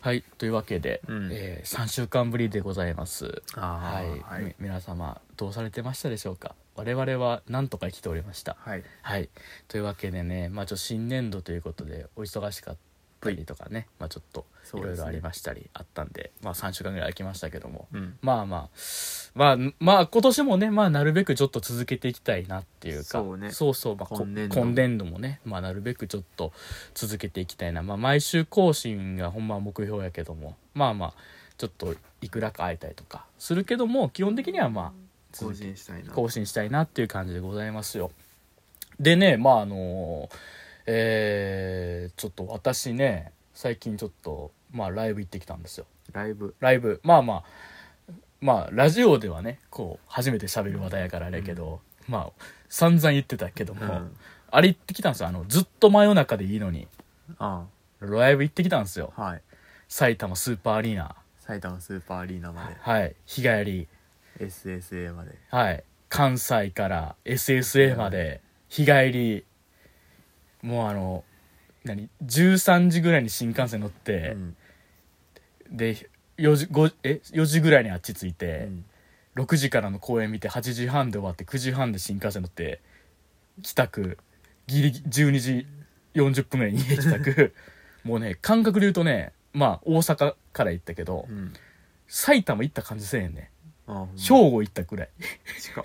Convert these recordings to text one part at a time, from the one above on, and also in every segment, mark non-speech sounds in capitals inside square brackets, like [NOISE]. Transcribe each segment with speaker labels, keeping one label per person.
Speaker 1: はいというわけで、
Speaker 2: うん
Speaker 1: えー、3週間ぶりでございますは
Speaker 2: あ
Speaker 1: い、
Speaker 2: ーはい
Speaker 1: み皆様どうされてましたでしょうか我々はなんとか生きておりました
Speaker 2: はい
Speaker 1: はいというわけでねまあちょっと新年度ということでお忙しかったりとかね、まあちょっと
Speaker 2: そ
Speaker 1: いうろ
Speaker 2: で
Speaker 1: い
Speaker 2: す
Speaker 1: ろ
Speaker 2: ね
Speaker 1: ありましたりあったんでまあ3週間ぐらい空きましたけども
Speaker 2: うん
Speaker 1: まあまあまあまあ今年もねまあなるべくちょっと続けていきたいなっていうか
Speaker 2: そうね
Speaker 1: そうそうまあこ
Speaker 2: 今年度
Speaker 1: 今年度もねまあなるべくちょっと続けていきたいなまあ毎週更新がほんまは目標やけどもまあまあちょっといくらか会えたりとかするけども基本的にはまあ
Speaker 2: 更新したいな
Speaker 1: 更新したいなっていう感じでございますよでねまああのえーちょっと私ね最近ちょっとまあライブ行ってきたんですよ
Speaker 2: ライブ
Speaker 1: ライブまあまあまあラジオではねこう初めて喋る話題やからあれやけど、まあ散々言ってたけども、
Speaker 2: うん
Speaker 1: あれ行ってきたんですよあのずっと真夜中でいいのに
Speaker 2: あ
Speaker 1: ライブ行ってきたんですよ
Speaker 2: あはい
Speaker 1: 埼玉スーパーアリーナ
Speaker 2: 埼玉スーパーアリーナまで
Speaker 1: はい日帰り
Speaker 2: SSA まで
Speaker 1: はい関西から SSA まで日帰りもうあの何13時ぐらいに新幹線乗って
Speaker 2: う、ん
Speaker 1: で4時5え4時ぐらいにあっち着いうて、
Speaker 2: ん
Speaker 1: 6時からの公演見て8時半で終わって9時半で新幹線乗って帰宅ギリギリ12時40分ぐらいに家帰
Speaker 2: [LAUGHS]
Speaker 1: 宅もうね感覚で言うとねまあ大阪から行ったけど、
Speaker 2: うん
Speaker 1: 埼玉行った感じせえへんね
Speaker 2: ああほんま
Speaker 1: 兵庫行ったくらい [LAUGHS]
Speaker 2: 近っ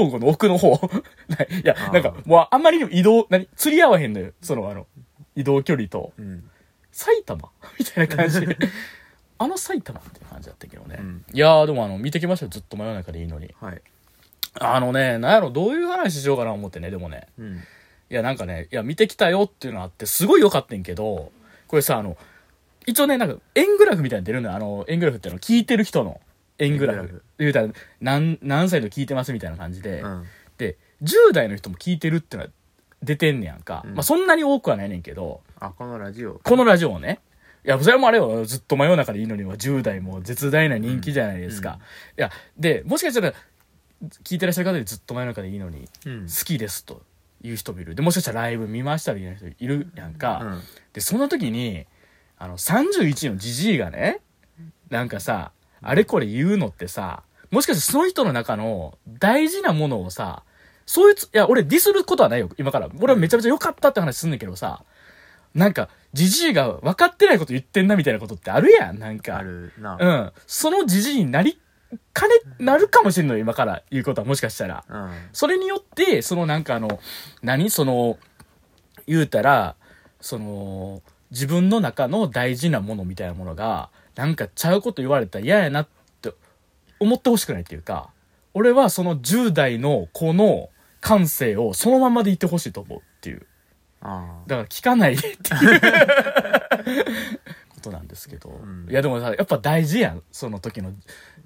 Speaker 1: 兵庫の奥の方 [LAUGHS] ないいや
Speaker 2: あー
Speaker 1: なんかもうあんまりにも移動何釣り合わへんのよそのあの移動距離と
Speaker 2: うん
Speaker 1: 埼玉 [LAUGHS] みたいな感
Speaker 2: [LAUGHS]
Speaker 1: じあの埼玉っていう感じだったけどね、
Speaker 2: うん
Speaker 1: いやーでもあの見てきましたよずっと真夜中でいいのに
Speaker 2: はい
Speaker 1: あのね、なんやろ、どういう話しようかな思ってね、でもね。
Speaker 2: うん
Speaker 1: いや、なんかね、いや、見てきたよっていうのあって、すごい良かったんけど、これさ、あの、一応ね、なんか、円グラフみたいなの出るのよ。あの、円グラフっていうの、聞いてる人の円グラ
Speaker 2: 円
Speaker 1: フ
Speaker 2: グラフ。
Speaker 1: 言うたら、何、何歳の聞いてますみたいな感じで。
Speaker 2: うん
Speaker 1: で、10代の人も聞いてるっていうのは出てんねやんか。
Speaker 2: うん
Speaker 1: まあ、そんなに多くはないねんけど、
Speaker 2: あこのラジオ
Speaker 1: このラジオをね、いや、それもあれよ、ずっと真夜中でいいのには10代も絶大な人気じゃないですか。
Speaker 2: う
Speaker 1: い
Speaker 2: ん
Speaker 1: や、で、もしかしたら、聞いてらっしゃる方でずっと真夜中でいいのに、
Speaker 2: うん
Speaker 1: 好きですという人もいるでもしかしたらライブ見ましたみたいな人いるやんか、
Speaker 2: うん
Speaker 1: でその時にあの31のじじいがねなんかさあれこれ言うのってさもしかしてその人の中の大事なものをさそういうついや俺ディスることはないよ今から俺はめちゃめちゃ良かったって話すんだけどさなんかじじいが分かってないこと言ってんなみたいなことってあるやんなんか
Speaker 2: あるな
Speaker 1: うんそのじじいになりかねなるかもしれんのよ今から言うことはもしかしたら
Speaker 2: うん
Speaker 1: それによって、そのなんかあの、何その、言うたら、その、自分の中の大事なものみたいなものが、なんかちゃうこと言われたら嫌やなって思ってほしくないっていうか、俺はその10代の子の感性をそのままでいてほしいと思うっていう。
Speaker 2: ああ
Speaker 1: だから聞かないでっていう [LAUGHS] ことなんですけど、
Speaker 2: ん
Speaker 1: いやでもさやっぱ大事やんその時の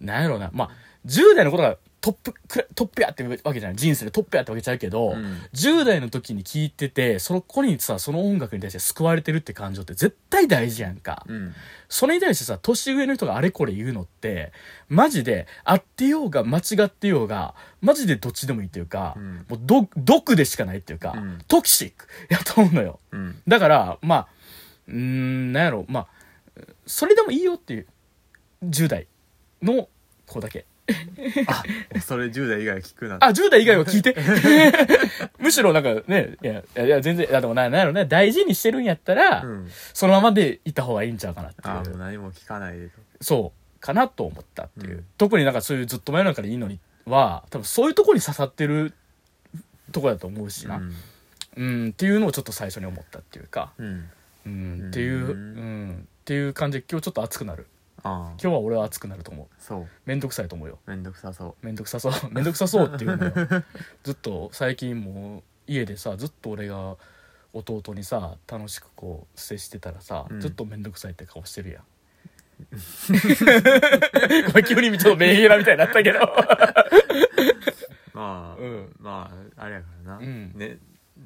Speaker 1: なんやろうなまあ10代のことがトップクラトップやってわけじゃない人生でトップやってわけちゃうけど、
Speaker 2: うん
Speaker 1: 10代の時に聞いててその子にさその音楽に対して救われてるって感情って絶対大事やんか、
Speaker 2: うん
Speaker 1: それに対してさ年上の人があれこれ言うのってマジであってようが間違ってようがマジでどっちでもいいっていうか、
Speaker 2: うん
Speaker 1: もうど毒でしかないっていうか、
Speaker 2: うん
Speaker 1: トキシックやと思うのよ
Speaker 2: うん
Speaker 1: だから、まあ、うーん、なんやろ、まあ、それでもいいよっていう、10代の子だけ。
Speaker 2: それ10代以外聞くな
Speaker 1: あ、10代以外は
Speaker 2: [LAUGHS]
Speaker 1: 聞いて。むしろなんかね、いや、いやいや全然、いやでもな、なんやろね、大事にしてるんやったら、
Speaker 2: うん
Speaker 1: そのままでいた方がいいんちゃうかな
Speaker 2: ああ
Speaker 1: ってい
Speaker 2: も
Speaker 1: う、
Speaker 2: う何も聞かないでと
Speaker 1: そう、かなと思ったっていう。
Speaker 2: うん
Speaker 1: 特になんかそういうずっと真夜中でいいのには、多分そういうとこに刺さってるとこだと思うしな。
Speaker 2: うん
Speaker 1: うん、っていうのをちょっと最初に思ったっていうか。
Speaker 2: うん
Speaker 1: うんっていう、う
Speaker 2: うん
Speaker 1: ん、っていう感じで今日ちょっと熱くなる
Speaker 2: ああ
Speaker 1: 今日は俺は熱くなると思う
Speaker 2: そう
Speaker 1: めんどくさいと思うよ
Speaker 2: めんどくさそ
Speaker 1: めんどくさそう [LAUGHS] めんどくさそうっていうのよずっと最近もう家でさずっと俺が弟にさ楽しくこう接してたらさ、
Speaker 2: うん
Speaker 1: ずっとめんどくさいって顔してるやんごめん急にちょっとメンヘラみたいになったけ
Speaker 2: [LAUGHS]
Speaker 1: ど
Speaker 2: うまあ
Speaker 1: うん
Speaker 2: まああれやからな
Speaker 1: うん
Speaker 2: ね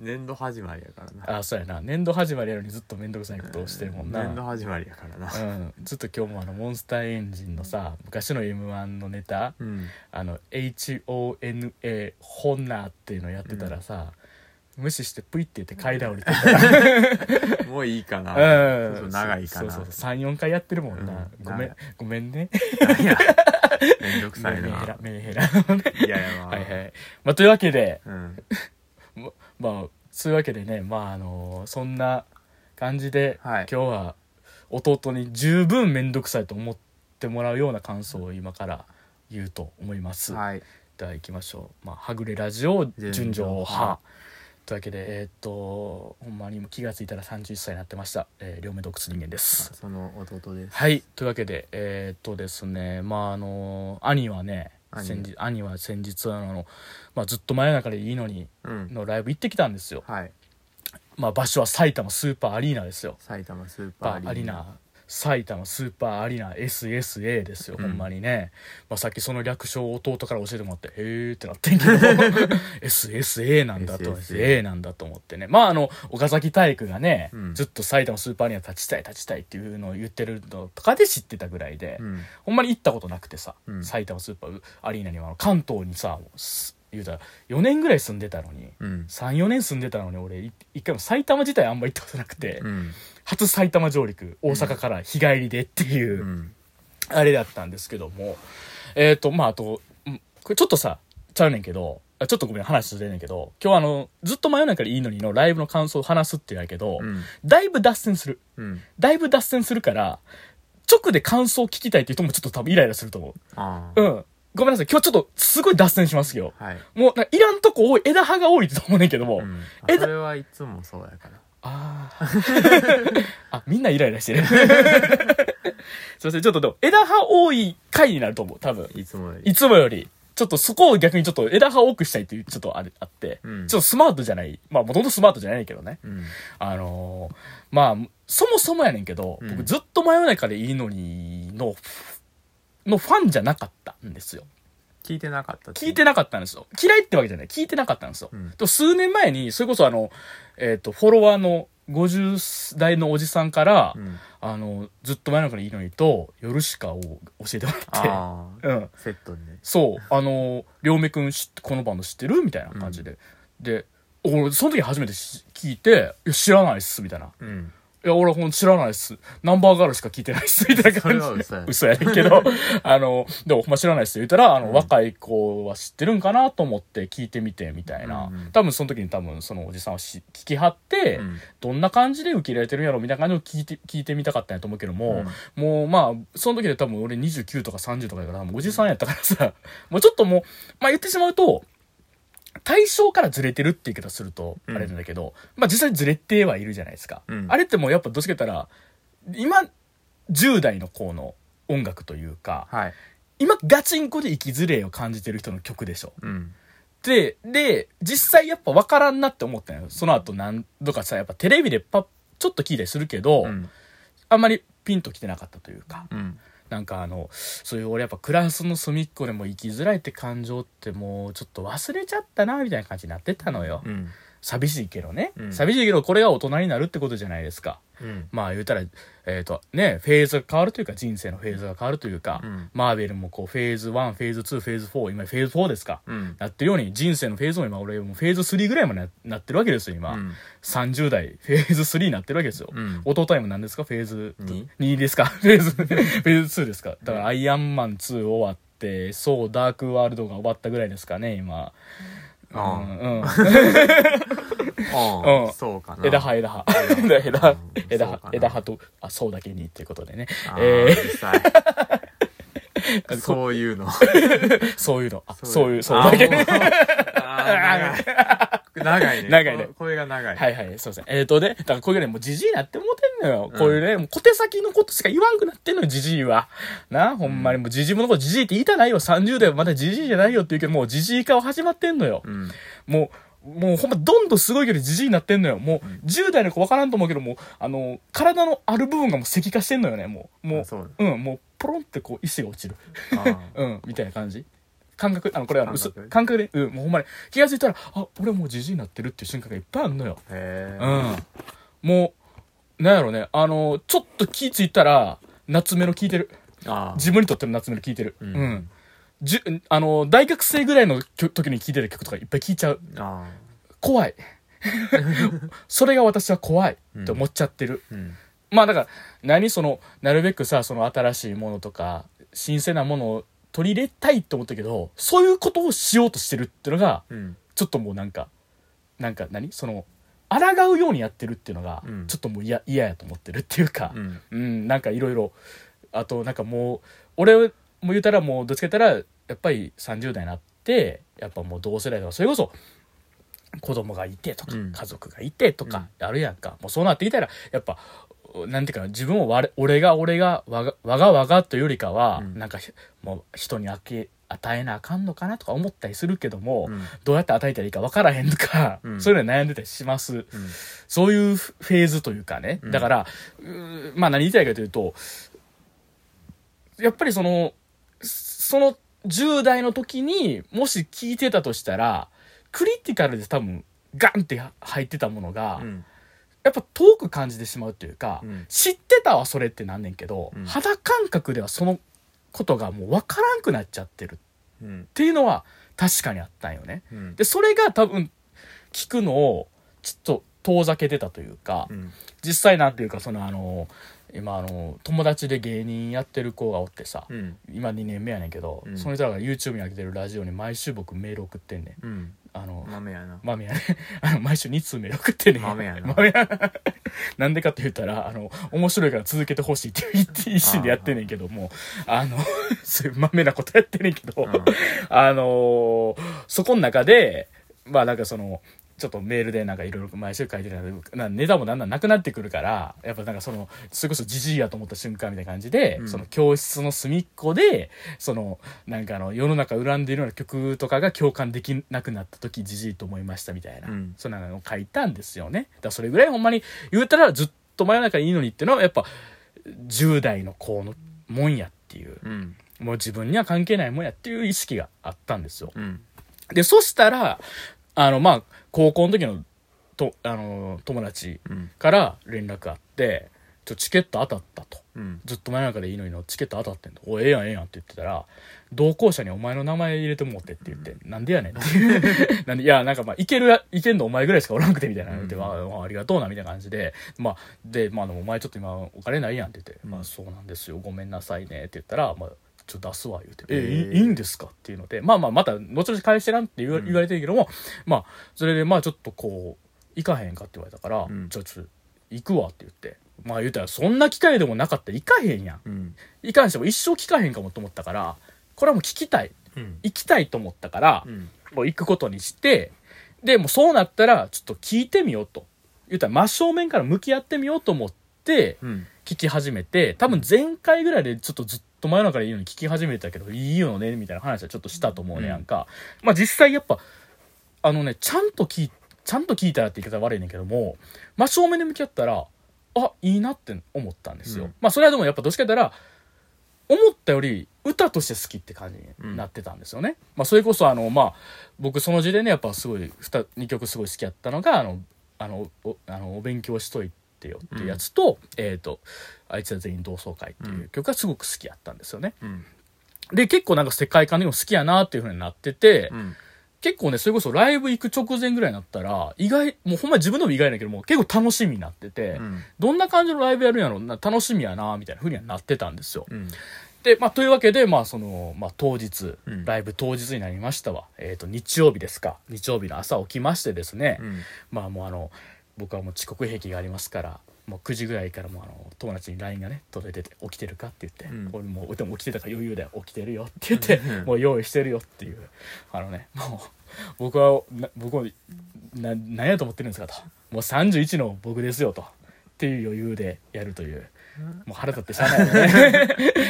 Speaker 2: 年度始まりやからな
Speaker 1: あそうやな年度始まりやのにずっとめんどくさいことをしてるもんな、
Speaker 2: 年度始まりやからな
Speaker 1: うん、ずっと今日もあのモンスターエンジンのさ昔の m 1のネタ
Speaker 2: うん
Speaker 1: あの HONA ホナーっていうのやってたらさ、無視してプイって言って階段降りてた
Speaker 2: もういいかな。
Speaker 1: うん
Speaker 2: ちょっと長いかな。
Speaker 1: そうそうそう34回やってるもんな、
Speaker 2: うん
Speaker 1: ごめん
Speaker 2: 長
Speaker 1: ごめんね
Speaker 2: いやめんどくさ
Speaker 1: メ
Speaker 2: い
Speaker 1: ンヘ
Speaker 2: な
Speaker 1: ラ。メンヘ
Speaker 2: [LAUGHS]
Speaker 1: ラ
Speaker 2: いやいや、まあ。
Speaker 1: はいはい、まあ、というわけで
Speaker 2: うん。
Speaker 1: まあそういうわけでねまああのそんな感じで、
Speaker 2: はい
Speaker 1: 今日は弟に十分面倒くさいと思ってもらうような感想を今から言うと思います、
Speaker 2: はい。
Speaker 1: では行きましょう、まあ、はぐれラジオ純
Speaker 2: 純
Speaker 1: 情
Speaker 2: 情
Speaker 1: 派
Speaker 2: 派
Speaker 1: というわけでえーっとほんまにもう気がついたら31歳になってました、えー両目洞窟人間です
Speaker 2: その弟です。
Speaker 1: はいというわけでえーっとですねまああの兄はね
Speaker 2: 兄
Speaker 1: 先日兄は先日あの、まあ、ずっと真夜中でいいのに
Speaker 2: うん。
Speaker 1: のライブ行ってきたんですよ、
Speaker 2: はい。
Speaker 1: まあ、場所は埼玉スーパーアリーナですよ
Speaker 2: 埼玉スーパ
Speaker 1: パ
Speaker 2: ー
Speaker 1: ーアリー。ナ埼玉スーパーアリーナ SSA ですよ、
Speaker 2: うん
Speaker 1: ほんまにね、まあ、さっきその略称を弟から教えてもらってへえってなってんけど
Speaker 2: [LAUGHS]
Speaker 1: SSA なんだと
Speaker 2: SSA
Speaker 1: SA なんだと思ってねまああの岡崎体育がね、
Speaker 2: うん
Speaker 1: ずっと埼玉スーパーアリーナ立ちたい立ちたいっていうのを言ってるのとかで知ってたぐらいで、
Speaker 2: うん。
Speaker 1: ほんまに行ったことなくてさ、
Speaker 2: うん
Speaker 1: 埼玉スーパーアリーナにはあの関東にさす言うたら4年ぐらい住んでたのに
Speaker 2: うん。
Speaker 1: 34年住んでたのに俺い一回も埼玉自体あんま行ったことなくて、
Speaker 2: うん。
Speaker 1: 初埼玉上陸大阪から日帰りでっていうう、
Speaker 2: ん。
Speaker 1: あれだったんですけどもえっ、とまああとんこれちょっとさちゃうねんけどあちょっとごめん話ずれんねんけど今日あのずっと真夜中でいいのにのライブの感想を話すってやけど、
Speaker 2: うん。
Speaker 1: だいぶ脱線する
Speaker 2: うん。
Speaker 1: だいぶ脱線するから直で感想を聞きたいっていう人もちょっと多分イライラすると思
Speaker 2: あ
Speaker 1: う
Speaker 2: あ。
Speaker 1: うんごめんなさい今日ちょっとすごい脱線しますよ
Speaker 2: はい。
Speaker 1: もうなんかいらんとこ多い枝葉が多いと思うねんけども、
Speaker 2: うん。
Speaker 1: え
Speaker 2: あそれはいつもそうやから。
Speaker 1: ああ。 [LAUGHS] あ、みんなイライラしてる。すいません、ちょっとでも、枝葉多い回になると思う、多分。
Speaker 2: いつもより
Speaker 1: いつもより。ちょっとそこを逆にちょっと枝葉多くしたいっていう、ちょっとあれ、あって。
Speaker 2: うん
Speaker 1: ちょっとスマートじゃない。まあ、もともとスマートじゃないけどね。
Speaker 2: うん。
Speaker 1: あのーまあ、そもそもやねんけど、
Speaker 2: うん
Speaker 1: 僕ずっと真夜中でいいのにの、のファンじゃなかったんですよ。
Speaker 2: 聞いてなかったって
Speaker 1: 聞いてなかったんですよ。嫌いってわけじゃない。聞いてなかったんですよ。
Speaker 2: うん
Speaker 1: と数年前に、それこそあの、えっ、と、フォロワーの50代のおじさんから、
Speaker 2: うん。
Speaker 1: あの、ずっと前の中のいいのにと、ヨルシカを教えてもらっ
Speaker 2: あ
Speaker 1: て、
Speaker 2: あ。
Speaker 1: うん。
Speaker 2: セットにね。
Speaker 1: そう、あの、りょうめくん知って、このバンド知ってるみたいな感じで。で、俺、その時初めてし聞いて、いや、知らないっす、みたいな。
Speaker 2: うん。
Speaker 1: いや、俺ほんと知らないっす。ナンバーガールしか聞いてないっす、みたいな感じで。
Speaker 2: それは嘘や
Speaker 1: 嘘やねんけど、 [LAUGHS] あの、でもほんま知らないっすよ言ったら、あの、若い子は知ってるんかなと思って聞いてみて、みたいな。
Speaker 2: うんうん
Speaker 1: 多分その時に多分そのおじさんはし聞き張って、
Speaker 2: うん
Speaker 1: どんな感じで受け入れられてるんやろ、みたいな感じを聞いて、聞いてみたかったんやと思うけども、もうまあ、その時で多分俺29とか30とかだから、多分おじさんやったからさ、 [LAUGHS] もうちょっともう、まあ言ってしまうと、対象からずれてるって言い方すると、あ
Speaker 2: うん
Speaker 1: れなんだけど、まあ実際にずれてはいるじゃないですか。
Speaker 2: うん
Speaker 1: あれってもうやっぱどっちか言ったら、今、10代の子の音楽というか、
Speaker 2: はい。
Speaker 1: 今ガチンコで生きづれを感じてる人の曲でしょ。
Speaker 2: うん。
Speaker 1: で、で、実際やっぱ分からんなって思ったのよ。その後何度かさ、やっぱテレビでパッ、ちょっと聞いたりするけど、
Speaker 2: うん。
Speaker 1: あんまりピンときてなかったというか、
Speaker 2: うん。
Speaker 1: なんかあの、そういう俺やっぱクラスの隅っこでも生きづらいって感情ってもうちょっと忘れちゃったな、みたいな感じになってたのよ。
Speaker 2: うん。
Speaker 1: 寂しいけどね、
Speaker 2: うん
Speaker 1: 寂しいけどこれが大人になるってことじゃないですか。
Speaker 2: うん。
Speaker 1: まあ言うたら、えっ、と、ね、フェーズが変わるというか、人生のフェーズが変わるというか、
Speaker 2: うん
Speaker 1: マーベルもこう、フェーズ1、フェーズ2、フェーズ4、今フェーズ4ですか。
Speaker 2: うん。
Speaker 1: なってるように、人生のフェーズも今、俺、もうフェーズ3ぐらいまでななってるわけですよ、今。
Speaker 2: うん
Speaker 1: 30代、フェーズ3になってるわけですよ。
Speaker 2: うん
Speaker 1: 弟は今何ですかフェーズ
Speaker 2: に
Speaker 1: 2? ですか [LAUGHS] フェーズ、フェーズ2ですかだから、アイアンマン2終わって、そう、ダークワールドが終わったぐらいですかね、今。う
Speaker 2: あ
Speaker 1: ん、うん。う
Speaker 2: あ。うんん。そうかな。
Speaker 1: 枝葉、枝葉。 [LAUGHS] 枝葉、枝
Speaker 2: そう
Speaker 1: 葉
Speaker 2: かな、
Speaker 1: 枝葉と、あ、そうだけにということでね。
Speaker 2: あーう
Speaker 1: え
Speaker 2: るさいそういうの。
Speaker 1: ー、そういうの。あそういう、
Speaker 2: [LAUGHS]
Speaker 1: そうだけ
Speaker 2: け。
Speaker 1: に。
Speaker 2: もうあー長い。 [LAUGHS] 長いね。
Speaker 1: 長いね
Speaker 2: ここれが長い。。
Speaker 1: はいいはい、そうですね。えっ、とね、だからこういうね、もうじじいなって思ってんのよ。
Speaker 2: うん
Speaker 1: こういうね、もう小手先のことしか言わんくなってんのよ、じじいは。な、ほんまにもうじじいものことじじいって言いたないよ。30代はまだじじいじゃないよって言うけど、もうじじい化は始まってんのよ。
Speaker 2: うん。
Speaker 1: もう、もうほんまどんどんすごい距離じじいになってんのよ。もう10代の子わからんと思うけど、もう、あの、体のある部分がもう石化してんのよね、もう。も
Speaker 2: あそう
Speaker 1: う、うん、もう、ポロンってこう、石が落ちる。
Speaker 2: あー
Speaker 1: うん、みたいな感じ。感覚、あの、これは、
Speaker 2: 感
Speaker 1: 嘘
Speaker 2: 覚
Speaker 1: 感覚で、うん、もうほんまに、気がついたら、あ、俺もうじじいになってるっていう瞬間がいっぱいあるのよ。
Speaker 2: へ
Speaker 1: う
Speaker 2: え。
Speaker 1: ん。もう、なんやろね、あの、ちょっと気ついたら、夏メロ聞いてる。
Speaker 2: ああ。
Speaker 1: 自分にとっての夏メロ聞いてる。う。
Speaker 2: うんん
Speaker 1: じゅあの、大学生ぐらいの曲時に聴いてる曲とかいっぱい聴いちゃう。
Speaker 2: あ
Speaker 1: 怖い。それが私は怖いって思っちゃってる。
Speaker 2: うん。
Speaker 1: まあだから、何その、なるべくさ、その新しいものとか、新鮮なものを取り入れたいって思ったけど、そういうことをしようとしてるっていうのが、
Speaker 2: うん。
Speaker 1: ちょっともうなんか、なんか何その、抗うようにやってるっていうのが、
Speaker 2: うん
Speaker 1: ちょっともう嫌、嫌やと思ってるっていうか
Speaker 2: う、ん。
Speaker 1: うん、なんかいろいろ、あとなんかもう、俺も言うたらもう、どっちか言ったら、やっぱり30代になって、やっぱもう同世代とか、それこそ、子供がいてとか、
Speaker 2: うん
Speaker 1: 家族がいてとか、あるやんか。もうそうなってきたら、やっぱ、なんていうかな、自分を我々、俺が俺が、わが、わがわがというよりかは、
Speaker 2: うん
Speaker 1: なんかひ、もう人にあけ、与えなあかんのかなとか思ったりするけども、
Speaker 2: うん
Speaker 1: どうやって与えたらいいか分からへんとか、
Speaker 2: うん
Speaker 1: そういうの悩んでたりします。
Speaker 2: うん
Speaker 1: そういうフェーズというかね。
Speaker 2: うん
Speaker 1: だから、うーまあ何言いたいかというと、やっぱりその、その10代の時にもし聞いてたとしたら、クリティカルで多分ガンって入ってたものが、
Speaker 2: うん。
Speaker 1: やっぱ遠く感じてしまうというか、
Speaker 2: うん
Speaker 1: 知ってたはそれってなんねんけど、
Speaker 2: うん
Speaker 1: 肌感覚ではそのことがもう分からんくなっちゃってるっ
Speaker 2: うん。
Speaker 1: ていうのは確かにあったんよね。
Speaker 2: うん。
Speaker 1: で、それが多分聞くのをちょっと遠ざけてたというか、
Speaker 2: うん。
Speaker 1: 実際なんていうかそのあの今あの友達で芸人やってる子がおってさ、
Speaker 2: うん。
Speaker 1: 今2年目やねんけど、
Speaker 2: うん
Speaker 1: その人らが YouTube に上げてるラジオに毎週僕メール送ってんねん
Speaker 2: うん。
Speaker 1: あの、
Speaker 2: 豆やな。
Speaker 1: 豆やね [LAUGHS] あの毎週2通メール送ってんねん
Speaker 2: 豆やな
Speaker 1: やなんで [LAUGHS] かって言ったらあの面白いから続けてほしいっていう一一心でやってんねんけどもあの [LAUGHS] そういう豆なことやってんねんけど、
Speaker 2: うん
Speaker 1: あのーそこの中で、まあなんかその、ちょっとメールでなんかいろいろ毎週書いてるのでなネタもだんだんなくなってくるから、やっぱなんかその、それこそじじいやと思った瞬間みたいな感じで、
Speaker 2: うん
Speaker 1: その教室の隅っこで、その、なんかあの、世の中恨んでいるような曲とかが共感できなくなった時、じじいと思いましたみたいな、
Speaker 2: うん
Speaker 1: そんなのを書いたんですよね。だからそれぐらいほんまに言うたらずっと真夜中にいいのにっていうのは、やっぱ、10代の子のもんやっていう。
Speaker 2: うん。
Speaker 1: もう自分には関係ないもんやっていう意識があったんですよ。
Speaker 2: うん。
Speaker 1: で、そしたら、あの、まあ、高校の時の、と、あの、友達
Speaker 2: うん。
Speaker 1: から連絡あって、ちょ、チケット当たったと。
Speaker 2: うん。
Speaker 1: ずっと前中でいいのにのチケット当たってんと。おい、ええやん、ええやんって言ってたら、同行者にお前の名前入れてもってって言って、なんでやねんっていう。なんで、いや、なんかまあ、いけるや、いけんのお前ぐらいしかおらんくてみたいな言って、
Speaker 2: うん
Speaker 1: わあわあありがとうな、みたいな感じで、まあ、で、まあ、でもお前ちょっと今お金ないやんって言って、
Speaker 2: うん
Speaker 1: まあ、そうなんですよ、ごめんなさいねって言ったら、まあ、ちょっと出すわ、言うて、え
Speaker 2: へえ
Speaker 1: いいいんですかっていうので、まあまあ、また、後々返してなんって言わ,、
Speaker 2: うん
Speaker 1: 言われてるけども、まあ、それで、まあ、ちょっとこう、行かへんかって言われたから、
Speaker 2: うん
Speaker 1: じゃあちょっと行くわって言って。まあ言うたら、そんな機会でもなかったら行かへんやん。
Speaker 2: うん。
Speaker 1: いかんしても一生聞かへんかもと思ったから、これはもう聞きたい。
Speaker 2: うん。
Speaker 1: 行きたいと思ったから
Speaker 2: う、ん。
Speaker 1: もう行くことにして、で、もうそうなったら、ちょっと聞いてみようと。言うたら真正面から向き合ってみようと思って、
Speaker 2: うん。
Speaker 1: 聞き始めて、多分前回ぐらいでちょっとずっと真夜中でいいのに聞き始めたけど、いいよね、みたいな話はちょっとしたと思うね、
Speaker 2: うん
Speaker 1: やんか。まあ実際やっぱ、あのね、ちゃんと聞い、ちゃんと聞いたらって言い方悪いねんけども、真正面で向き合ったら、あ、いいなって思ったんですよ。
Speaker 2: うん
Speaker 1: まあそれはでもやっぱどっちか言ったら、思ったより歌として好きって感じになってたんですよね。まあそれこそあの、まあ、僕その時点でやっぱすごい 2, 2曲すごい好きやったのが「あのあのおあのお勉強しといてよ」っていうやつと「えー、とあいつら全員同窓会」っていう曲がすごく好きやったんですよね。
Speaker 2: うん。
Speaker 1: で結構なんか世界観でも好きやなっていう風になってて、
Speaker 2: うん。
Speaker 1: 結構ねそれこそライブ行く直前ぐらいになったら意外もうほんま自分でも意外だけども結構楽しみになってて、
Speaker 2: うん。
Speaker 1: どんな感じのライブやるんやろな楽しみやなみたいな風にはなってたんですよ。
Speaker 2: うん。
Speaker 1: で、まあ、というわけで、まあ、その、まあ、当日、
Speaker 2: うん
Speaker 1: ライブ当日になりましたわ。えっ、と、日曜日ですか。日曜日の朝起きましてですね、
Speaker 2: うん。
Speaker 1: まあ、もうあの、僕はもう遅刻癖がありますから、もう9時ぐらいからもうあの、友達に LINE がね、届いてて、起きてるかって言って、
Speaker 2: うん
Speaker 1: 俺もう、でも起きてたから余裕だよ、起きてるよって言って、[LAUGHS]
Speaker 2: うん
Speaker 1: もう用意してるよっていう。あのね、もう、僕は、な僕は、な、何やと思ってるんですかと。もう31の僕ですよと。っていう余裕でやるという。もう腹立ってしゃあないよ
Speaker 2: [LAUGHS]
Speaker 1: ね。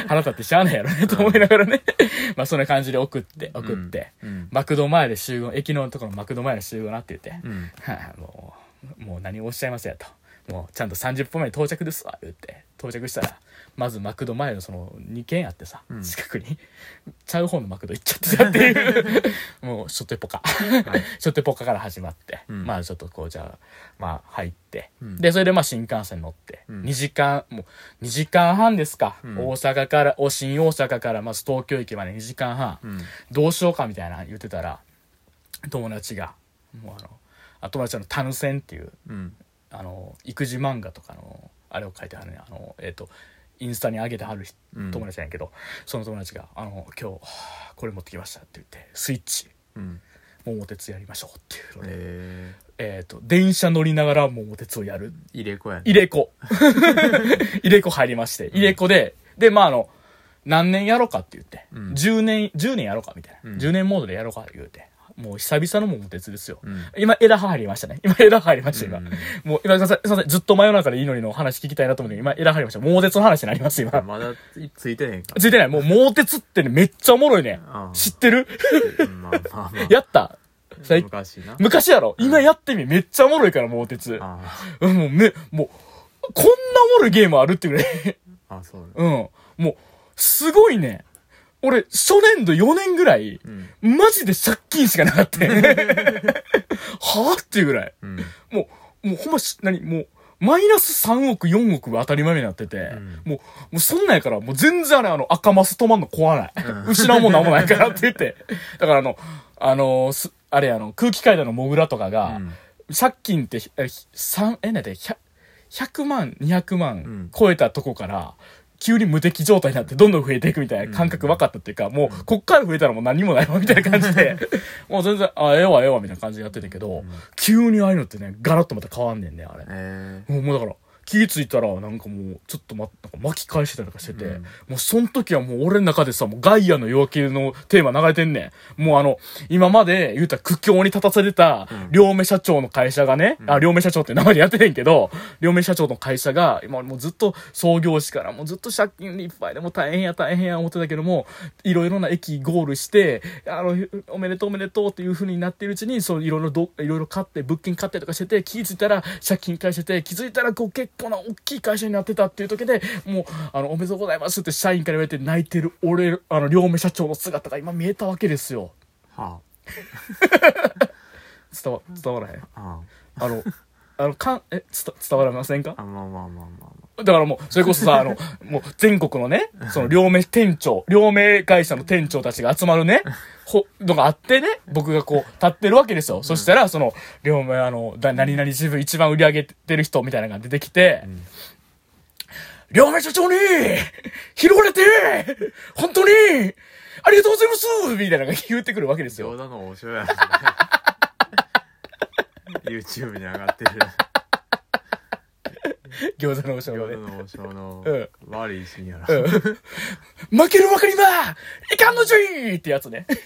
Speaker 1: 腹立ってしゃあないやろね、と思いながらね。 [LAUGHS] まあそんな感じで送って、送って。
Speaker 2: うん。
Speaker 1: マクド前で集合、駅のところのマクド前で集合なって言って。
Speaker 2: うん。
Speaker 1: はいもう、もう何をおっしゃいますやと。もうちゃんと30分前に到着ですわ、言って。到着したら、まずマクド前のその2軒あってさ、
Speaker 2: うん
Speaker 1: 近くに、ちゃう方のマクド行っちゃってたって
Speaker 2: [LAUGHS]
Speaker 1: いう。もう、ショットエポカ。
Speaker 2: はい。
Speaker 1: ショットエポカから始まって、
Speaker 2: うん
Speaker 1: まあちょっとこう、じゃあ、まあ入って、
Speaker 2: うん
Speaker 1: で、それでまあ新幹線乗って、
Speaker 2: うん
Speaker 1: 2時間、もう2時間半ですか。
Speaker 2: うん
Speaker 1: 大阪から、お新大阪からまず東京駅まで2時間半。
Speaker 2: うん。
Speaker 1: どうしようかみたいな言ってたら友達が「もうあのあ友達の「タヌセン」っていう
Speaker 2: うん。
Speaker 1: あの育児漫画とかのあれを書いてはるねあの、えっとインスタに上げてはる人
Speaker 2: うん
Speaker 1: 友達なんやけど、その友達が「あの今日はあこれ持ってきました」って言って「スイッチ
Speaker 2: うん。
Speaker 1: 桃鉄やりましょう」っていうので、
Speaker 2: え
Speaker 1: えっと電車乗りながら桃鉄をやる
Speaker 2: ー、入れ子やね。
Speaker 1: 入れ子 [LAUGHS] 入れ子入りまして入れ子ででまああの何年やろうかって言って、
Speaker 2: うん
Speaker 1: 10年10年やろうかみたいな、
Speaker 2: うん
Speaker 1: 10年モードでやろうか言うてもう久々の桃鉄ですよ、
Speaker 2: うん。
Speaker 1: 今枝葉入りましたね今枝葉入りました今、
Speaker 2: うん
Speaker 1: もう今すいませんすいませんずっと真夜中でいいのりの話聞きたいなと思って今枝葉入りました桃鉄の話になります今
Speaker 2: まだついてへんか。
Speaker 1: ついてないもう桃鉄ってねめっちゃおもろいね
Speaker 2: ああ
Speaker 1: 知ってる [LAUGHS]
Speaker 2: うんまあまあまあ。
Speaker 1: やった最
Speaker 2: 昔な。
Speaker 1: 昔やろ今やってみめっちゃおもろいから桃鉄
Speaker 2: あ
Speaker 1: うんもうめもうこんなおもろいゲームあるってぐらい
Speaker 2: あ、あそうね。
Speaker 1: うん。もう、すごいね。俺、初年度4年ぐらい、
Speaker 2: うん。
Speaker 1: マジで借金しかなかった。 [LAUGHS] はぁっていうぐらい。
Speaker 2: うん。
Speaker 1: もう、もうほんまし、何もう、マイナス3億、4億は当たり前になってて、
Speaker 2: ん
Speaker 1: もう、もうそんなんやから、もう全然あれ、あの、赤マス止まんの壊ない。 [LAUGHS]
Speaker 2: うん
Speaker 1: 失うもんなんもないからって言って。だからあの、あのーす、あれあの、空気階段のモグラとかが、
Speaker 2: うん
Speaker 1: 借金って、えひ三え、なんだっけ、100 100万、200
Speaker 2: ん
Speaker 1: 万超えたとこから、急に無敵状態になってどんどん増えていくみたいな感覚分かったっていうか、もう、こっから増えたらもう何もないわみたいな感じ [LAUGHS] で、もう全然、あ、ええわええわみたいな感じでやってたけど、急にああいうのってね、ガラッとまた変わんねんね、あれ。
Speaker 2: え
Speaker 1: もうもうだから、気ぃついたら、なんかもう、ちょっとま、なんか巻き返してたりとかしてて、
Speaker 2: うん
Speaker 1: もうその時はもう俺の中でさ、もうガイアの夜明けのテーマ流れてんねん。もうあの、今まで言うたら苦境に立たされた、両目社長の会社がね、あ、両目社長って名前でやっててんけど、両目社長の会社が、今もうずっと創業時からもうずっと借金いっぱいでもう大変や大変や思ってたけども、いろいろな駅ゴールして、あの、おめでとうおめでとうっていう風になってるうちに、そういろいろど、いろいろ買って、物件買ったりとかしてて、気づいたら借金返してて、気づいたらこう結構な大きい会社になってたっていう時で、もう、あの、おめでとうございますって社員から言われて泣いてる俺、あの、両目社長の姿が今見えたわけですよ。
Speaker 2: ー、は
Speaker 1: 伝わ、伝わらへん。
Speaker 2: あ。あ
Speaker 1: あの、あの、かん、え、伝伝わらませんか
Speaker 2: あ。あ、まあまあまあまあまあ。
Speaker 1: だからもう、それこそさ、あの、もう全国のね、その両名店長、両名会社の店長たちが集まるね、ほ、のがあってね、僕がこう、立ってるわけですよ。そしたら、その、両名あの、だ何々自分一番売り上げてる人みたいなのが出てきて、両名社長に、拾われて、本当に、ありがとうございますみたいなのが言ってくるわけですよ
Speaker 2: 餃。子の王将やん。YouTube に上がってる。
Speaker 1: 餃子の王将がね。
Speaker 2: 餃子の王将の
Speaker 1: うん
Speaker 2: 悪いシーンやな。
Speaker 1: うん負けるわかりはいかんのじいってやつね。 [LAUGHS] っ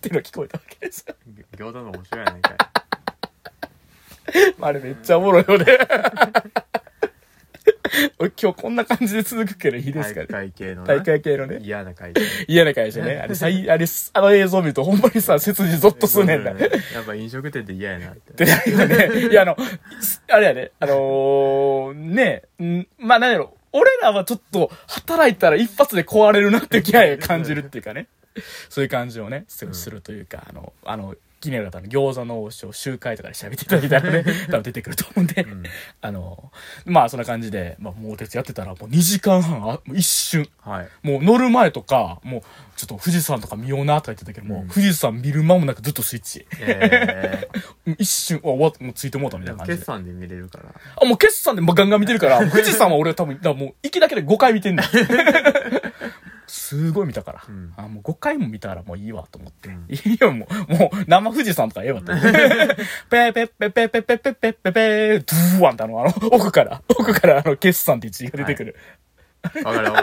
Speaker 1: ていうのが聞こえたわけですよ。
Speaker 2: 餃子の王将やないかい。
Speaker 1: あれめっちゃおもろいよね。 [LAUGHS] 俺今日こんな感じで続くけどいいですか
Speaker 2: 大
Speaker 1: ね。
Speaker 2: 会系のな
Speaker 1: 大会系のね。
Speaker 2: 嫌
Speaker 1: [LAUGHS]
Speaker 2: な会系。
Speaker 1: 嫌な会社ね。あれ、最、あれ、あの映像見るとほんまにさ、切実ゾッとすんねんな。
Speaker 2: う
Speaker 1: っ
Speaker 2: んやっぱ飲食店って嫌やなって。
Speaker 1: てなるよ [LAUGHS] ね。いや、あの、あれやね、あのー、ねんまあなんやろ、俺らはちょっと働いたら一発で壊れるなっていう気配を感じるっていうかね。そういう感じをね、すごいするというか、あの、あの、気になる方の餃子の王将集会とかで喋っていただいたらね、多分出てくると思うんで、あの、まあそんな感じで、まあ桃鉄やってたらもう2時間半、あもう一瞬、
Speaker 2: はい。
Speaker 1: もう乗る前とか、もうちょっと富士山とか見ようなとか言ってたけども、
Speaker 2: うん
Speaker 1: 富士山見る間もなくずっとスイッチ。 [LAUGHS]
Speaker 2: え
Speaker 1: うん一瞬、あ、終わっもうついてもうたみたい
Speaker 2: ー、
Speaker 1: な感じ
Speaker 2: 決
Speaker 1: で。
Speaker 2: 算で見れるから。
Speaker 1: あ、もう決算でもうガンガン見てるから、富士山は俺は多分、だからもう行きだけで5回見てんだすごい見たから、
Speaker 2: うん
Speaker 1: あ、もう5回も見たらもういいわと思って。
Speaker 2: うん
Speaker 1: いいよ、もう、もう生富士山とかええわと思って。ペーペーペーペーペーペーペーペーペーペードゥーワンってあの、あの、奥から、奥からあの、決算っていう字が出てくる。
Speaker 2: わかるわか